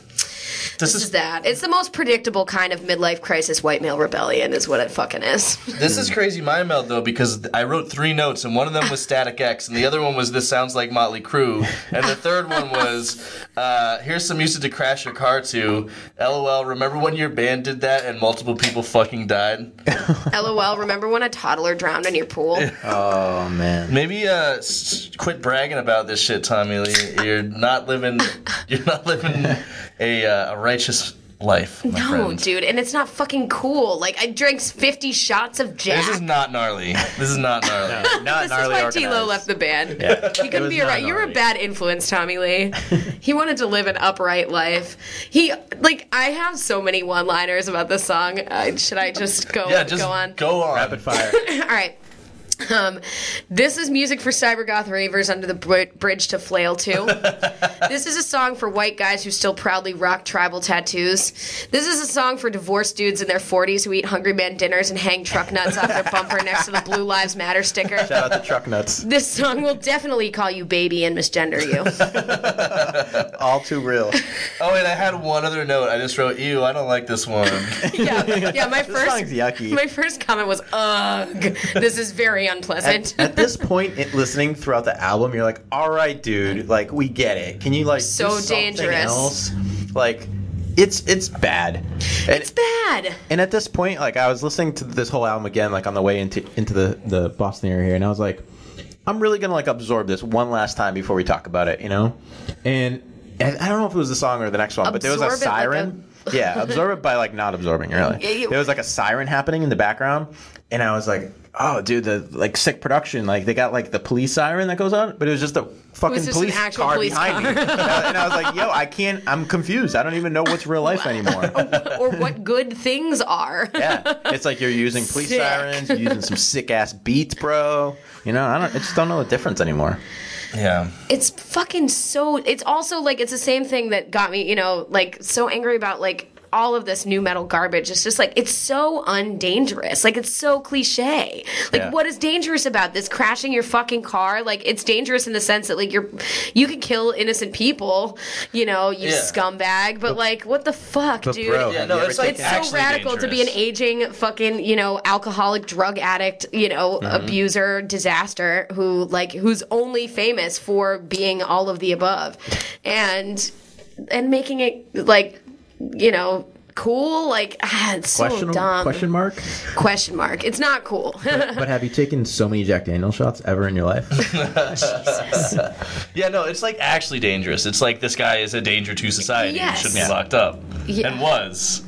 This is that. It's the most predictable kind of midlife crisis white male rebellion, is what it fucking is. This Hmm. is crazy mind meld though because I wrote three notes and one of them was Static X and the other one was This Sounds Like Motley Crue and the third one was uh, Here's some music to crash your car to. LOL. Remember when your band did that and multiple people fucking died? LOL. Remember when a toddler drowned in your pool? Oh man. Maybe uh, s- quit bragging about this shit, Tommy Lee. You're not living. You're not living a, uh, a righteous life, my No, friend. dude, and it's not fucking cool. Like I drank 50 shots of Jack. This is not gnarly. This is not gnarly. Not This is why T-Lo left the band. He couldn't was be around. not You're a gnarly. bad influence, Tommy Lee. he wanted to live an upright life. He like I have so many one-liners about this song. Uh, should I just go Yeah, just go on? Rapid fire. All right. Um, this is music for cyber goth ravers under the bri- bridge to flail to. this is a song for white guys who still proudly rock tribal tattoos. This is a song for divorced dudes in their 40s who eat Hungry Man dinners and hang truck nuts off their bumper next to the Blue Lives Matter sticker. Shout out to Truck Nuts. This song will definitely call you baby and misgender you. All too real. Oh, and I had one other note. I just wrote, "Ew, I don't like this one." yeah, yeah. My This song's first, yucky. my first comment was, "Ugh, this is very unpleasant." At this point, in listening throughout the album, you're like, "All right, dude, like we get it. Can you like So do something dangerous. Else? Like, it's it's bad. And, it's bad. and at this point, like I was listening to this whole album again, like on the way into into the the Boston area here, and I was like, I'm really gonna like absorb this one last time before we talk about it, you know? And, and I don't know if it was the song or the next one, but there was a Absorb it like siren. yeah, absorb it by like not absorbing really. Yeah, you- There was like a siren happening in the background, and I was like, "Oh, dude, the like sick production! Like they got like the police siren that goes on, but it was just a fucking just an police actual car police behind car. me." and, I, and I was like, "Yo, I can't. I'm confused. I don't even know what's real life anymore." or what good things are. Yeah, it's like you're using police Sick. sirens, you're using some sick ass beats, bro. You know, I don't, I just don't know the difference anymore. yeah. It's fucking so. It's also like it's the same thing that got me, you know, like so angry about like all of this new metal garbage. It's just like it's so undangerous. Like it's so cliche. Like Yeah. what is dangerous about this? Crashing your fucking car? Like it's dangerous in the sense that like you're you could kill innocent people, you know, you Yeah. scumbag. But, like what the fuck, dude? bro, Yeah, no, you it's ever like taken- it's so actually radical to be an dangerous. aging fucking you know alcoholic drug addict you know Mm-hmm. abuser disaster who like who's only famous for being all of the above and and making it like you know cool like ah, it's so dumb mark? question mark it's not cool But have you taken so many Jack Daniel shots ever in your life? Yeah, no, it's like actually dangerous. It's like this guy is a danger to society and Yes. should be Yeah. locked up. Yeah. And was.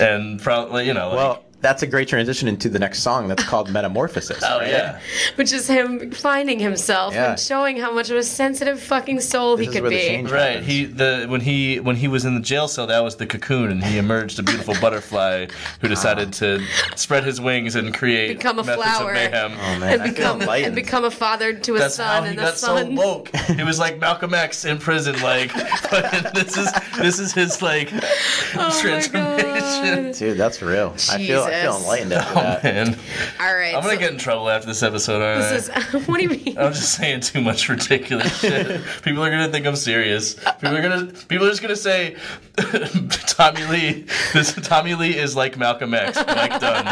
And probably, you know. Like, well, Oh, that's a great transition into the next song that's called Metamorphosis. oh, right? yeah. which is him finding himself Yeah. and showing how much of a sensitive fucking soul This he is could where the be change Right. happens. He the when he when he was in the jail cell, that was the cocoon, and he emerged a beautiful butterfly who decided to spread his wings and create Become a methods flower. of mayhem. Oh, man, and I feel become, and enlightened. become a father to a That's son how he and a got son so woke. He was like Malcolm X in prison. Like, fucking this is this is his like oh my transformation. Oh, god Dude, that's real. I feel I feel enlightened after Oh, that. man. All right, I'm gonna so get in trouble after this episode, aren't I? This is, what do you mean? I'm just saying too much ridiculous shit. People are gonna think I'm serious. People are gonna people are just gonna say Tommy Lee this Tommy Lee is like Malcolm X. Like done.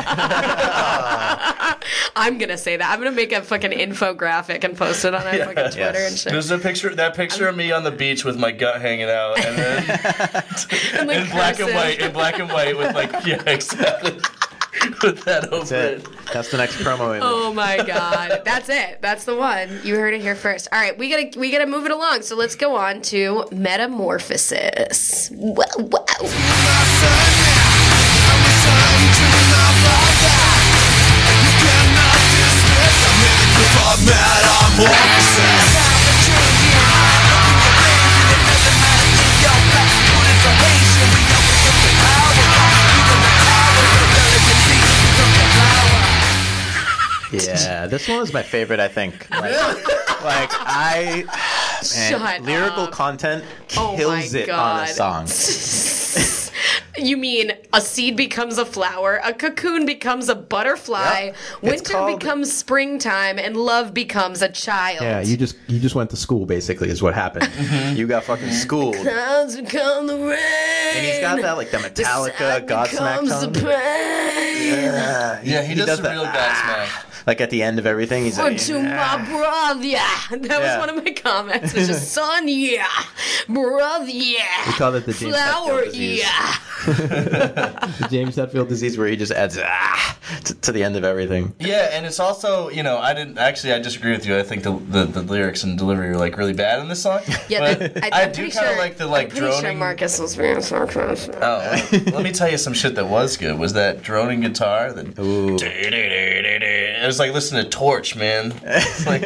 I'm gonna say that. I'm gonna make a fucking infographic and post it on our fucking Twitter and shit. There's a picture that picture of me on the beach with my gut hanging out and then And, like, in black and cursive. white in black and white with like yeah exactly with that over That's it. it. That's the next promo. we leave. Oh my god, that's it. That's the one. You heard it here first. All right, we gotta we gotta move it along. So let's go on to metamorphosis. Wow, wow. Yeah, this one was my favorite. I think. Like, like, I, man, Shut lyrical up. content Oh my kills it on a God. song. You mean a seed becomes a flower, a cocoon becomes a butterfly, Yep. It's winter called- becomes springtime, and love becomes a child. Yeah, you just you just went to school basically is what happened. Mm-hmm. You got fucking schooled. And Clouds become the rain. And he's got that like the Metallica Godsmack tone. the pain. Yeah, Yeah, he, does, the real that, ah, Godsmack. Ah. like at the end of everything. He's Or like, to my brother. That Yeah. was one of my comments. It's just son, yeah, brother, yeah, we call it the James flower, Hetfield disease. yeah. The James Hetfield disease, where he just adds ah to, to the end of everything. Yeah, and it's also you know I didn't actually I disagree with you. I think the the, the lyrics and delivery are like really bad in this song. Yeah, but that- I, I'm do pretty kind of sure- like the like I'm pretty sure droning. Marcus was very sarcastic. oh, let me tell you some shit that was good. Was that droning guitar? That Ooh, it was like listening to Torch, man. It's like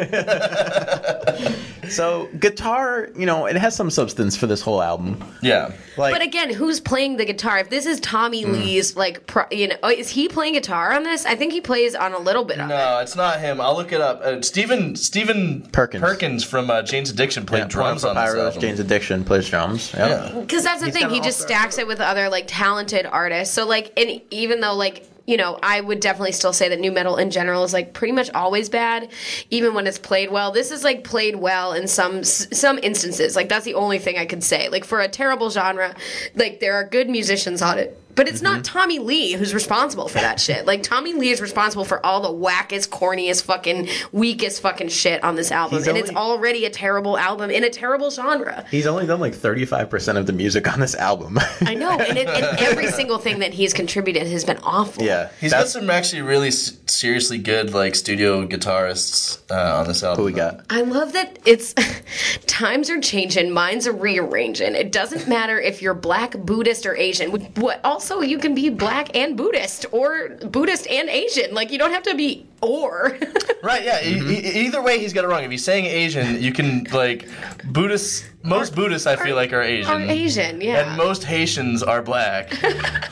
so guitar, you know, it has some substance for this whole album. yeah. Like, Hmm. But again, who's playing the guitar? If this is Tommy Lee's, like, pro, you know, oh, is he playing guitar on this? I think he plays on a little bit on it. No, it's not him. I'll look it up. Uh, Stephen Stephen Perkins. Perkins from uh, Jane's Addiction played yeah, drums Juan on this Papyrus, album. Jane's Addiction plays drums. Yeah. yeah. Because that's the thing, got he an just all-star stacks it with other like talented artists. So like, and even though like. You know, I would definitely still say that new metal in general is like pretty much always bad, even when it's played well. This is like played well in some s- some instances. Like that's the only thing I could say. Like for a terrible genre, like there are good musicians on it, but it's not Tommy Lee who's responsible for that shit. Like Tommy Lee is responsible for all the wackest, corniest, fucking weakest, fucking shit on this album, He's and only- it's already a terrible album in a terrible genre. He's only done like 35% of the music on this album. I know, and, it, and every single thing that he's contributed has been awful. yeah. He's that's got some actually really s- seriously good like studio guitarists uh, on this album. what we though. got. I love that it's times are changing, minds are rearranging. It doesn't matter if you're black, Buddhist, or Asian. What also you can be black and Buddhist, or Buddhist and Asian. Like you don't have to be or. Right, yeah. e- Mm-hmm. e- either way, he's got it wrong. If he's saying Asian, you can like Buddhists. Most Buddhists, I feel like, are Asian. Or Asian, yeah. And most Haitians are black.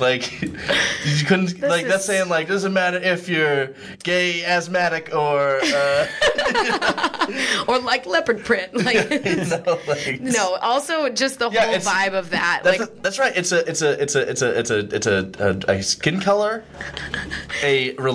like you couldn't. like is- that's saying like doesn't matter if you're gay, asthmatic, or uh, or like leopard print. Like you know, like, no. Also, just the Yeah, whole it's- vibe of that. That's, Like that's right. It's a it's a it's a it's a it's a it's a, a, a skin color, a religion,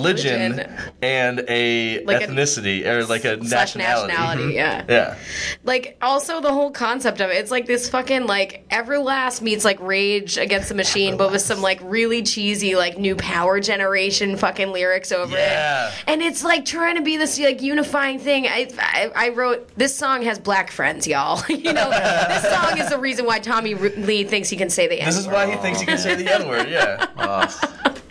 Religion. and a Like an- ethnicity or like a slash nationality. Mm-hmm. nationality. Yeah. Yeah. like also the whole concept of it it's like this fucking like everlast meets like rage against the machine but with some like really cheesy like new power generation fucking lyrics over Yeah. it and it's like trying to be this like unifying thing i i, I wrote this song has black friends y'all you know this song is the reason why tommy R- lee thinks he can say the This is N-word. why he thinks he can say the N word, yeah.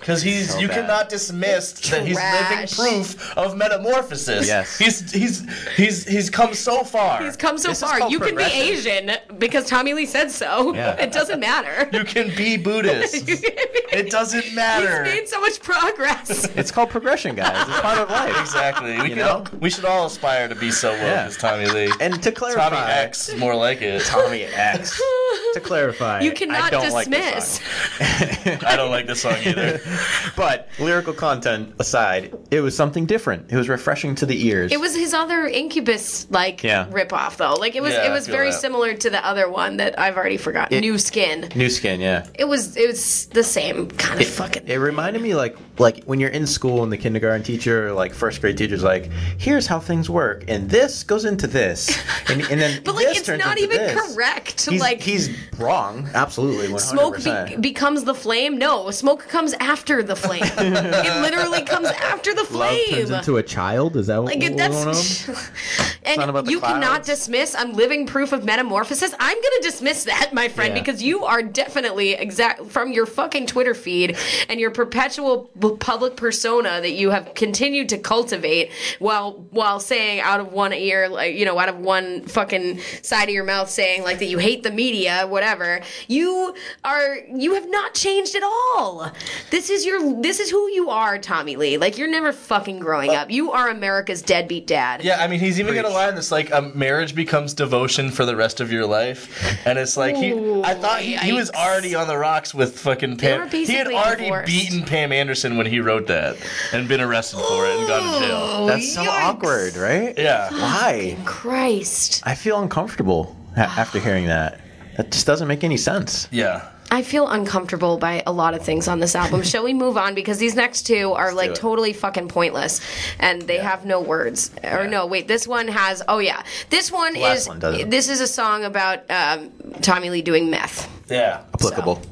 Because he's you bad. cannot dismiss that he's living Trash. proof of metamorphosis. Yes. He's he's he's he's come so far. He's come so This is far. called You can be progression. Asian because Tommy Lee said so. Yeah. It doesn't matter. you can be Buddhist. it doesn't He's matter. made so much progress. It's called progression, guys. It's part of life. Exactly. We, could know? all- we should all aspire to be so woke Yeah. as Tommy Lee. And to Tommy clarify, X is more like it. Tommy X. to clarify, You I cannot don't like this dismiss. song. I don't like this song either. But lyrical content aside, It was something different. It was refreshing to the ears. it was his other Incubus like Yeah. ripoff though. Like it was Yeah, it I was feel very that. similar to the other one that I've already forgotten. New Skin. new skin. Yeah. It was it was the same kind of fucking. it reminded me like like when you're in school and the kindergarten teacher, or, like first grade teacher's like, here's how things work, and this goes into this, and, and then but like this it's turns not into even this. correct. He's, like he's wrong, absolutely. 100%. smoke be- becomes the flame. No, smoke comes after the flame. it literally comes after the Love flame. turns into a child. Is that what Like we're going on? that's and not about the you cannot clouds. dismiss. I'm living proof of metamorphosis. I'm gonna dismiss that, my friend, Yeah. because you are definitely exact from your fucking Twitter feed and your perpetual b- public persona that you have continued to cultivate while while saying out of one ear, like you know, out of one fucking side of your mouth, saying like that you hate the media, whatever. You are you have not changed at all. This is your this is who you are, Tommy Lee. Like you're never fucking growing up. You are America's deadbeat dad. Yeah, I mean, he's even got a line that's like, um, "Marriage becomes devotion for the rest of your life," and it's like he. I thought he, he was yikes. already on the rocks with fucking were Pam. He had basically already divorced. beaten Pam Anderson when he wrote that, and been arrested for it and gone to jail. That's so Yikes. awkward, right? Yeah, Why? Christ. I feel uncomfortable a- after hearing that. That just doesn't make any sense. yeah. I feel uncomfortable by a lot of things on this album. Shall we move on? Because these next two are like it. totally fucking pointless and they have no words. Or no, wait, this one has, oh yeah. This one last is, one doesn't. this is a song about um, Tommy Lee doing meth. Yeah. Applicable.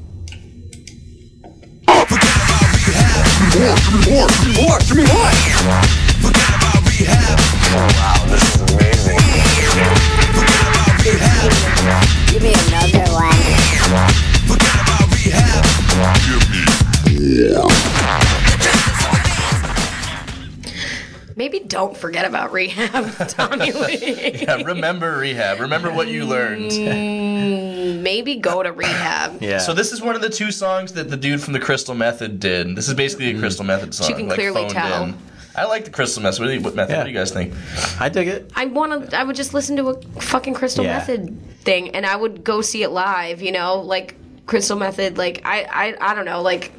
Forget about rehab. More, more, more, give me more. Forget about rehab. Wow, this is amazing. Forget about rehab. Give me another one. Forget about rehab. Maybe don't forget about rehab, Tommy Lee. Yeah, remember rehab. Remember what you learned. Maybe go to rehab. Yeah. So this is one of the two songs that the dude from the Crystal Method did. This is basically a Crystal Method song. can like, clearly phoned tell. in. I like the Crystal Method. What do you, what method? What do you guys think? I dig it. I want to. I would just listen to a fucking Crystal Yeah. Method thing, and I would go see it live. You know, like Crystal Method. Like I, I, I don't know. Like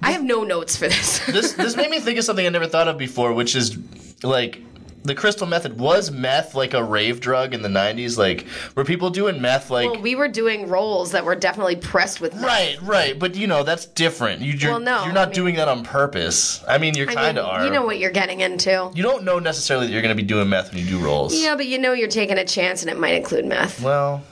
I have no notes for this. this this made me think of something I never thought of before, which is like the crystal method was meth like a rave drug in the 90s like were people doing meth like well, we were doing roles that were definitely pressed with. right right but you know that's different you, you're, Well, no, you're not I mean- doing that on purpose i mean you're I mean, kind of are you know what you're getting into. You don't know necessarily that you're going to be doing meth when you do rolls Yeah, but you know you're taking a chance, and it might include meth. well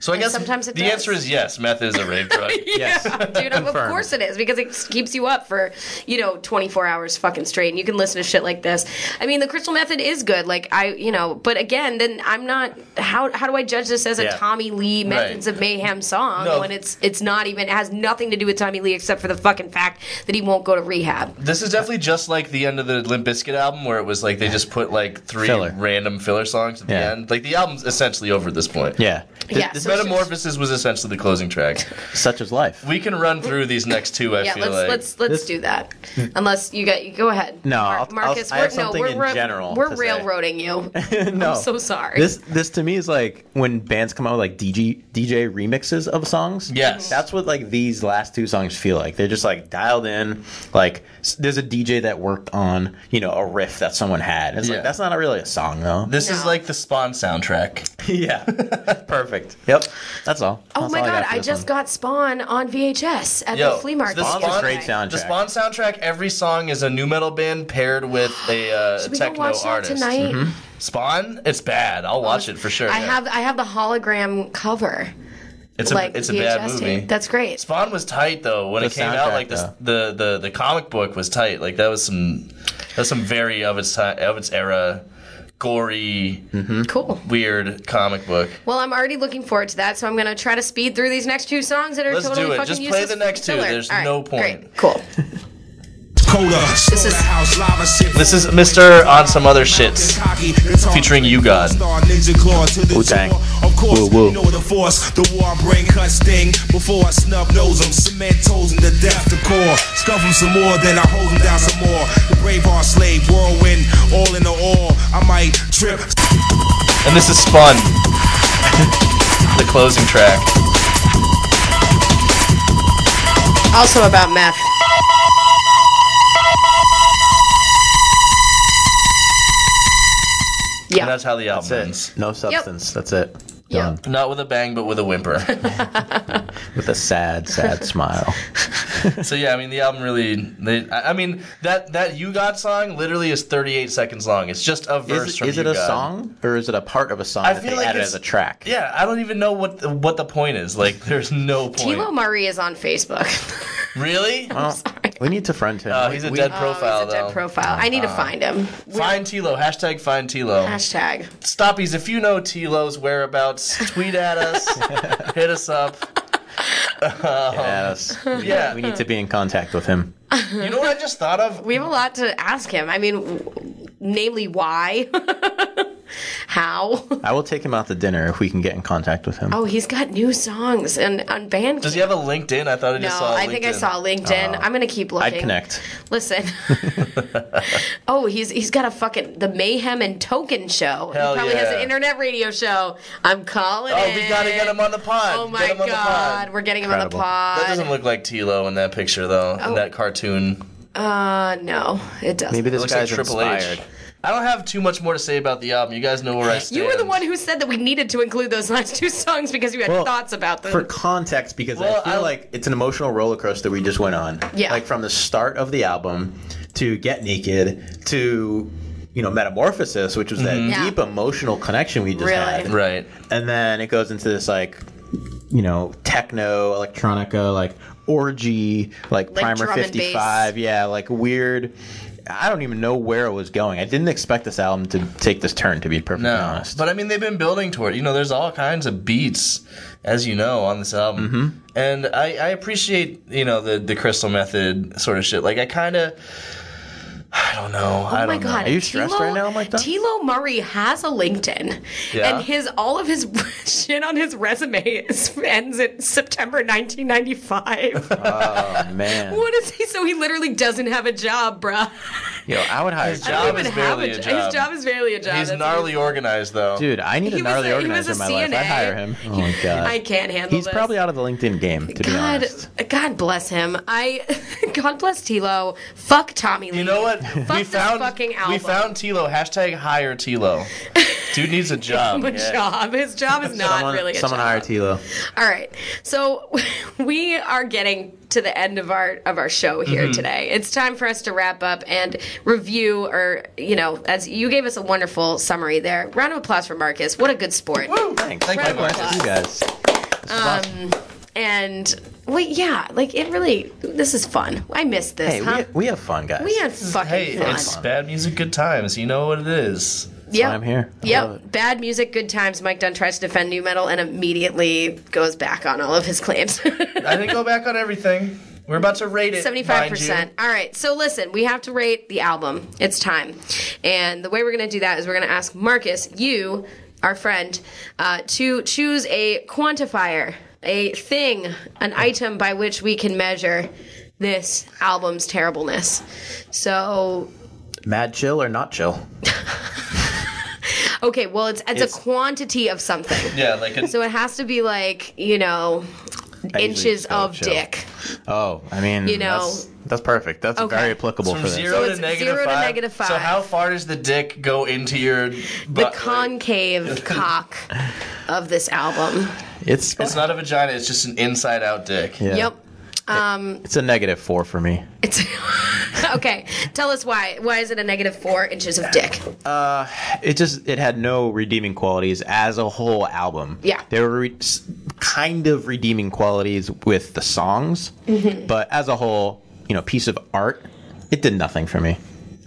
so i guess sometimes it the does. answer is yes meth is a rave drug Yes. Dude, of course it is because it keeps you up for, you know, 24 hours fucking straight and you can listen to shit like this. I mean, the crystal method is good. Like I, you know, but again, then I'm not how how do I judge this as a Yeah. Tommy Lee Methods of Mayhem song No. when it's it's not even it has nothing to do with Tommy Lee except for the fucking fact that he won't go to rehab. This is definitely just like the end of the Limp Bizkit album, where it was like they just put like three Filler. random filler songs at the Yeah. end. Like the album's essentially over at this point. Yeah. yeah. This so it's Metamorphosis was essentially the closing track. Such is life. We can run through these next two. I Yeah, feel let's like let's let's do that. Unless you got you go ahead. No, Mar- I'll- I'll- Marcus, I we're have something no, we're in we're, general we're to say. railroading you. no. I'm so sorry. This this to me is like when bands come out with like DJ DJ remixes of songs. Yes. that's what like these last two songs feel like. They're just like dialed in. Like s- there's a DJ that worked on you know a riff that someone had. It's Yeah. like that's not really a song though. this is No. like the Spawn soundtrack. yeah, perfect. Yep, that's all. Oh my god, I, just got Spawn on VHS at Yo, the flea market. the the Spawn's other a great day. sound. The Soundtrack. Spawn soundtrack. Every song is a new metal band paired with a uh, We can techno watch that artist. tonight. Um, Spawn, it's bad. I'll watch it for sure. I yeah. have I have the hologram cover. It's a like it's a VHS bad movie. tape. That's great. Spawn was tight though when The it came out. soundtrack, Like the, the the the comic book was tight. Like that was some that's some very of its time of its era, gory, Mm-hmm. Cool. weird comic book. Well, I'm already looking forward to that, so I'm gonna try to speed through these next two songs that are Let's totally do it. fucking Just play useless. the next two. filler. There's All right, no point. Great. Cool. Coda. This is- house lava shit. This is Mr. On Some Other Shits. Featuring You God. Wu-Tang. Of course, Woo, woo. you know the force, the war I bring cut sting. Before I snub nose 'em, cement toes 'em to death to core. Scuff 'em some more, then I hold 'em down some more. The brave heart slave, whirlwind, all in the all. I might trip, And this is Spawn. the closing track. Also about meth. Yeah. And that's how the album That's ends. it. No substance. That's it. Yep. Done. Not with a bang, but with a whimper. With a sad, sad smile. so yeah, I mean the album really. They, I I mean that that you got song literally is 38 seconds long. It's just a verse Is, from is it You a God. song or is it a part of a song I that feel they like added it's- as a track? Yeah, I don't even know what the, what the point is. Like, there's no point. Tilo Murray is on Facebook. really? Well, we need to friend him. Uh, We- he's a we- dead Oh, profile he's a dead though. profile. I need to find him. We're- Find Tilo. Hashtag find Tilo. Hashtag. Stoppies, if you know Tilo's whereabouts, tweet at us. hit us up. Yes. We- Yeah. We need to be in contact with him. You know what I just thought of? We have a lot to ask him. I mean, w- namely, why? How? I will take him out to dinner if we can get in contact with him. Oh, he's got new songs and on Bandcamp. Oh. Does he have a LinkedIn? I thought I no, just saw. a I think I LinkedIn. saw LinkedIn. I'm gonna keep looking. I'd connect. Listen. oh, he's he's got a fucking the Mayhem and Token show. Hell he probably has yeah. an internet radio show. I'm calling Oh, it. we gotta get him on the pod. Oh get my him god, on The pod. we're getting him on Incredible. the pod. That doesn't look like Tilo in that picture though. Oh. In that cartoon. uh, no, it doesn't. Maybe It this looks guy's like Triple inspired. H. I don't have too much more to say about the album. You guys know where I stand. you were the one who said that we needed to include those last two songs because you had Well, thoughts about them. For context, because Well, I feel I- like it's an emotional roller coaster we just went on. Yeah. Like from the start of the album to Get Naked to, you know, Metamorphosis, which was that Mm-hmm. Yeah. deep emotional connection we just Really. had. Right. and then it goes into this like you know techno electronica like orgy like, Like primer drum and 55 yeah like weird i don't even know where it was going i didn't expect this album to take this turn to be perfectly No, honest but I mean they've been building toward. You know, there's all kinds of beats, as you know, on this album, and I, I appreciate you know the the Crystal Method sort of shit. Like I kind of, I don't know. Oh I my don't god! know. you stressed right now, Mike Dunn? Tilo Murray has a LinkedIn, Yeah? and his all of his shit on his resume is, ends in September 1995. oh man what is he? So he literally doesn't have a job, bruh. yo i would hire I don't Job even is have barely a a job. His job. job is barely a job. He's That's- gnarly organized though. dude i need He a was gnarly a- he organizer in was a my life CNA. i'd hire him oh my god I can't handle he's this. probably out of the linkedin game to be God, honest God bless him. I, God bless Tilo. Fuck Tommy Lee. You know what? we this found fucking we album. found Tilo. Hashtag hire Tilo. Dude needs a job. A job. His job is not someone, really a someone job. hire tilo All right. So we are getting to the end of our of our show here Mm-hmm. today. It's time for us to wrap up and review or you know, as you gave us a wonderful summary there. Round of applause for Marcus. What a good sport. thanks Thank Round you. of Marcus. applause. you guys And wait, yeah, like it really this is fun. I missed this, hey huh? we, we have fun guys We, had fucking Hey, fun. it's bad music, good times. You know what it is. Yep. why I'm here. I love Yep. Bad music, good times. Mike Dunn tries to defend new metal and immediately goes back on all of his claims. I didn't go back on everything. We're about to rate it. Seventy-five mind percent. All right. So listen, we have to rate the album. It's time, and the way we're going to do that is we're going to ask Marcus, you, our friend, uh, to choose a quantifier, a thing, an item by which we can measure this album's terribleness. So, Mad chill or not chill? okay, well, it's it's, It's- a quantity of something. you. Yeah, like a, So it has to be like you know, usually inches just go of chill. dick. Oh, I mean, You know- that's, that's perfect. That's Okay. very applicable from for this. zero So to it's negative zero to five. negative So five. how far does the dick go into your The butt? concave cock of this album. It's It's not a vagina. It's just an inside-out dick. yeah. Yep. Um, It's a negative four for me. It's okay. Tell us why. Why is it a negative four inches of dick? It just it had no redeeming qualities as a whole album. Yeah. there were re- s- kind of redeeming qualities with the songs, Mm-hmm. but as a whole, you know, piece of art, it did nothing for me.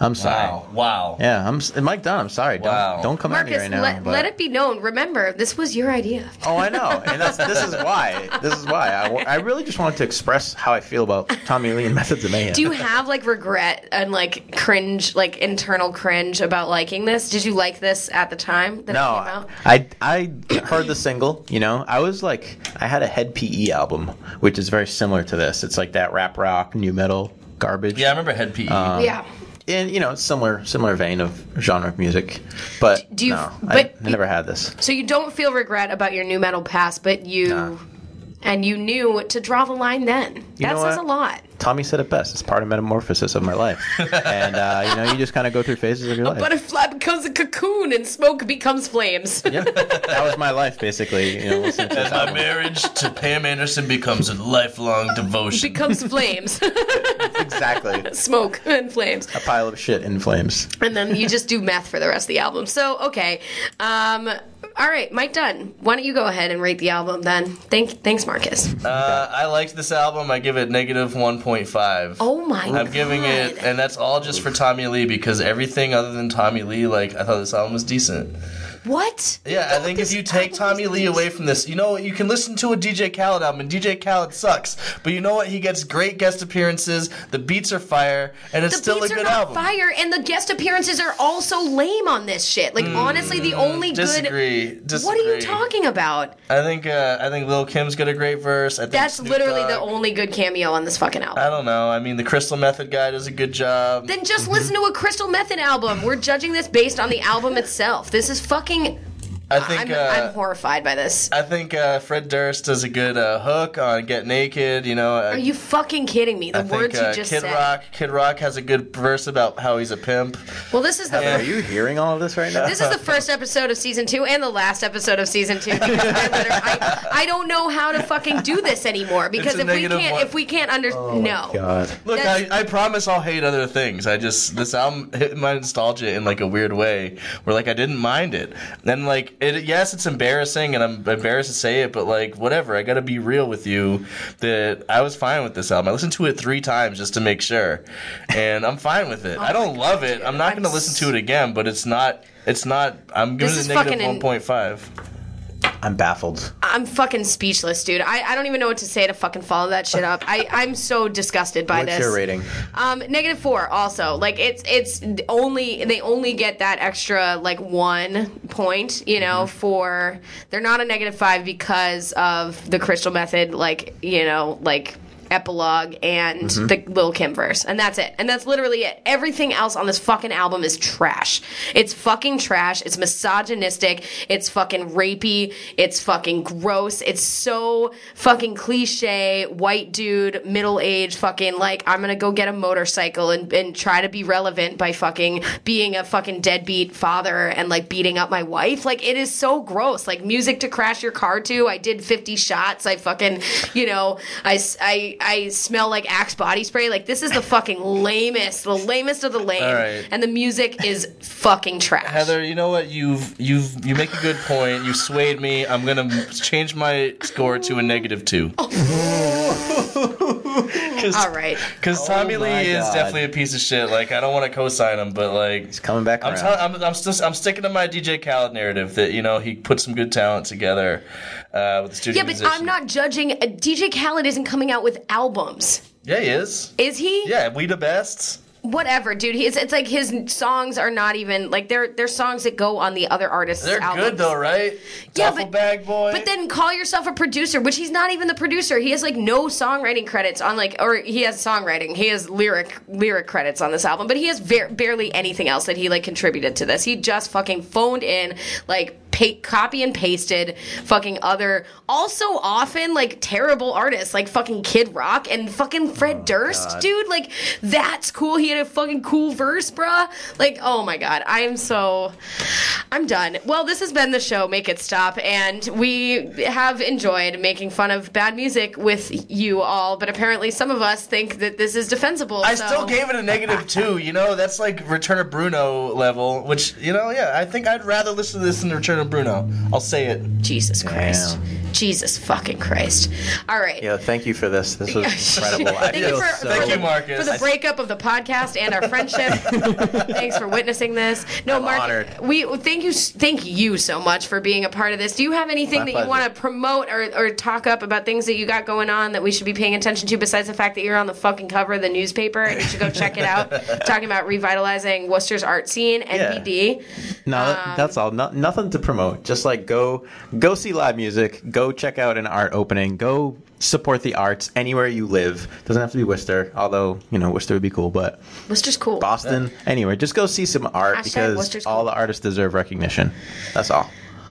I'm sorry. Wow. Wow. Yeah, I'm s- and Mike Dunn. I'm sorry. Wow. Don't don't come at Marcus, me right now. let, but- let it be known. Remember, this was your idea. Oh, I know, and that's this is why. This is why I, wa- I really just wanted to express how I feel about Tommy Lee and Methods of Mayhem. Do you have like regret and like cringe, like internal cringe about liking this? Did you like this at the time that it came no, out? I I heard the single. You know, I was like, I had a Head PE E album, which is very similar to this. It's like that rap rock new metal garbage. Uh, Yeah, I remember head PE. yeah. It in you know similar similar vein of genre of music, but Do you- no, but- I, I never had this. So you don't feel regret about your new metal past, but you Nah. and you knew to draw the line then. You that know says what? a lot. Tommy said it best. It's part of metamorphosis of my life, and uh, you know you just kind of go through phases of your life. Butterfly becomes a cocoon and smoke becomes flames. yeah, that was my life basically. You know, listening to this My album. marriage to Pam Anderson becomes a lifelong devotion. becomes flames. exactly smoke and flames. a pile of shit in flames. And then you just do meth for the rest of the album. So, okay. Um all right, Mike Dunn. Why don't you go ahead and rate the album then? Thank, thanks, Marcus. Uh, I liked this album. I give it negative 1.5. Oh my god! I'm giving it, and that's all just for Tommy Lee because everything other than Tommy Lee, like I thought this album was decent. what? Yeah, I think if you take Tommy Lee away from this, you know what? You can listen to a DJ Khaled album, and DJ Khaled sucks, but you know what? He gets great guest appearances. The beats are fire, and it's The still beats a are good not album. fire, and the guest appearances are also lame on this shit. Like, honestly, the only good. Mm, Disagree. Disagree. What are you talking about? I think uh, I think Lil Kim's got a great verse. I think That's Snoop literally the Dogg- only good cameo on this fucking album. I don't know. I mean, the Crystal Method guy does a good job. Then just listen to a Crystal Method album. We're judging this based on the album itself. This is fucking. I think I'm, uh, I'm horrified by this. I think uh, Fred Durst does a good uh, hook on "Get Naked." You know, Are you fucking kidding me? The I words think uh, you just Kid said. Rock. Kid Rock has a good verse about how he's a pimp. Well, this is the. Are you hearing all of this right now? This is the first episode of season two and the last episode of season two. because I, literally- I, I don't know how to fucking do this anymore because a if we negative can't, one. if we can't under, no. God. Look, I, That's- I promise I'll hate other things. I just this album hit my nostalgia in like a weird way, where like I didn't mind it. And like, it, yes, it's embarrassing, and I'm embarrassed to say it, but like, whatever. I gotta be real with you that I was fine with this album. I listened to it three times just to make sure, and I'm fine with it. I don't love it. I'm not Oh I'm gonna listen to it again, but it's not. It's not. I'm giving This it is negative fucking in- 1.5. I'm baffled. I'm fucking speechless, dude. I, I don't even know what to say to fucking follow that shit up. I, I'm so disgusted by What's this. your rating? Um, negative four. Also, like it's it's only they only get that extra like one point, you know, for they're not a negative five because of the Crystal Method, like you know, like epilogue and the Lil Kim verse, and that's it, and that's literally it. Everything else on this fucking album is trash. It's fucking trash. It's misogynistic. It's fucking rapey. It's fucking gross. It's so fucking cliche. White dude, middle age, fucking like I'm gonna go get a motorcycle and, and try to be relevant by fucking being a fucking deadbeat father and like beating up my wife. Like it is so gross. Like music to crash your car to. I did 50 shots. I fucking you know I s- I I smell like Axe body spray. Like this is the fucking lamest, the lamest of the lame. All right. And the music is fucking trash. Heather, you know what? You've you've you make a good point. You swayed me. I'm gonna change my score to a negative two. All right. Because Tommy Lee Oh my is God. definitely a piece of shit. Like I don't want to co-sign him, but like Coming back I'm, around. tell- I'm I'm still I'm sticking to my DJ Khaled narrative that you know he put some good talent together uh, with the studio. Yeah, but musician. I'm not judging. uh, DJ Khaled isn't coming out with albums. Yeah, he is. Is he? Yeah, we the best. Whatever, dude. He's, it's like his songs are not even like they're they're songs that go on the other artists' They're albums. good though, right? Yeah, Duffel but- bag boy. But then call yourself a producer, which he's not even the producer. He has like no songwriting credits on like, or he has songwriting. He has lyric lyric credits on this album, but he has ver- barely anything else that he like contributed to this. He just fucking phoned in like. Pa- copy and pasted fucking other also often like terrible artists like fucking kid rock and fucking fred Oh, durst dude like that's cool he had a fucking cool verse bruh like oh my god i'm so I'm done. Well, this has been the show Make It Stop, and we have enjoyed making fun of bad music with you all, but apparently some of us think that this is defensible. I so- still gave it a negative two. You know, that's like Return of Bruno level. Which you know, yeah, I think I'd rather listen to this than Return of Bruno. I'll say it. Jesus Christ. Jesus fucking Christ. All right. Yeah, thank you for this. This was incredible. I Thank you feel for- so Thank you, For Marcus. the breakup of the podcast and our friendship, thanks for witnessing this. No, Mark, honored. we thank you, thank you so much for being a part of this. Do you have anything My that you pleasure. want to promote or, or talk up about things that you got going on that we should be paying attention to? Besides the fact that you're on the fucking cover of the newspaper and you should go check it out, talking about revitalizing Worcester's art scene, NPD. um, No, that- that's all. No, nothing to promote. Just like go, go see live music. Go Go check out an art opening. Go support the arts anywhere you live. Doesn't have to be Worcester, although you know Worcester would be cool, but Worcester's cool. Boston. Anyway, just go see some art Hashtag because Worcester's all cool. the artists deserve recognition. That's all.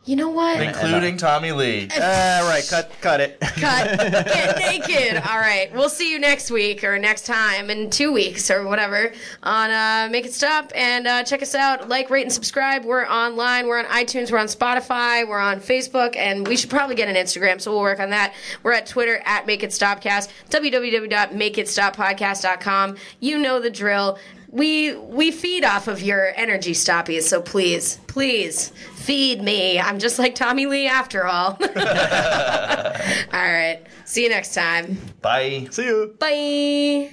You know what? including Tommy Lee. All right, cut cut it. Cut. Get naked. All right. We'll see you next week or next time in two weeks or whatever on uh, Make It Stop. And uh, check us out. Like, rate, and subscribe. We're online. We're on iTunes. We're on Spotify. We're on Facebook. And we should probably get an Instagram, so we'll work on that. We're at Twitter at Make It Stopcast, www.makeitstoppodcast.com. You know the drill. We we feed off of your energy, Stoppies. So please, please feed me. I'm just like Tommy Lee after all. All right. See you next time. Bye. See you. Bye.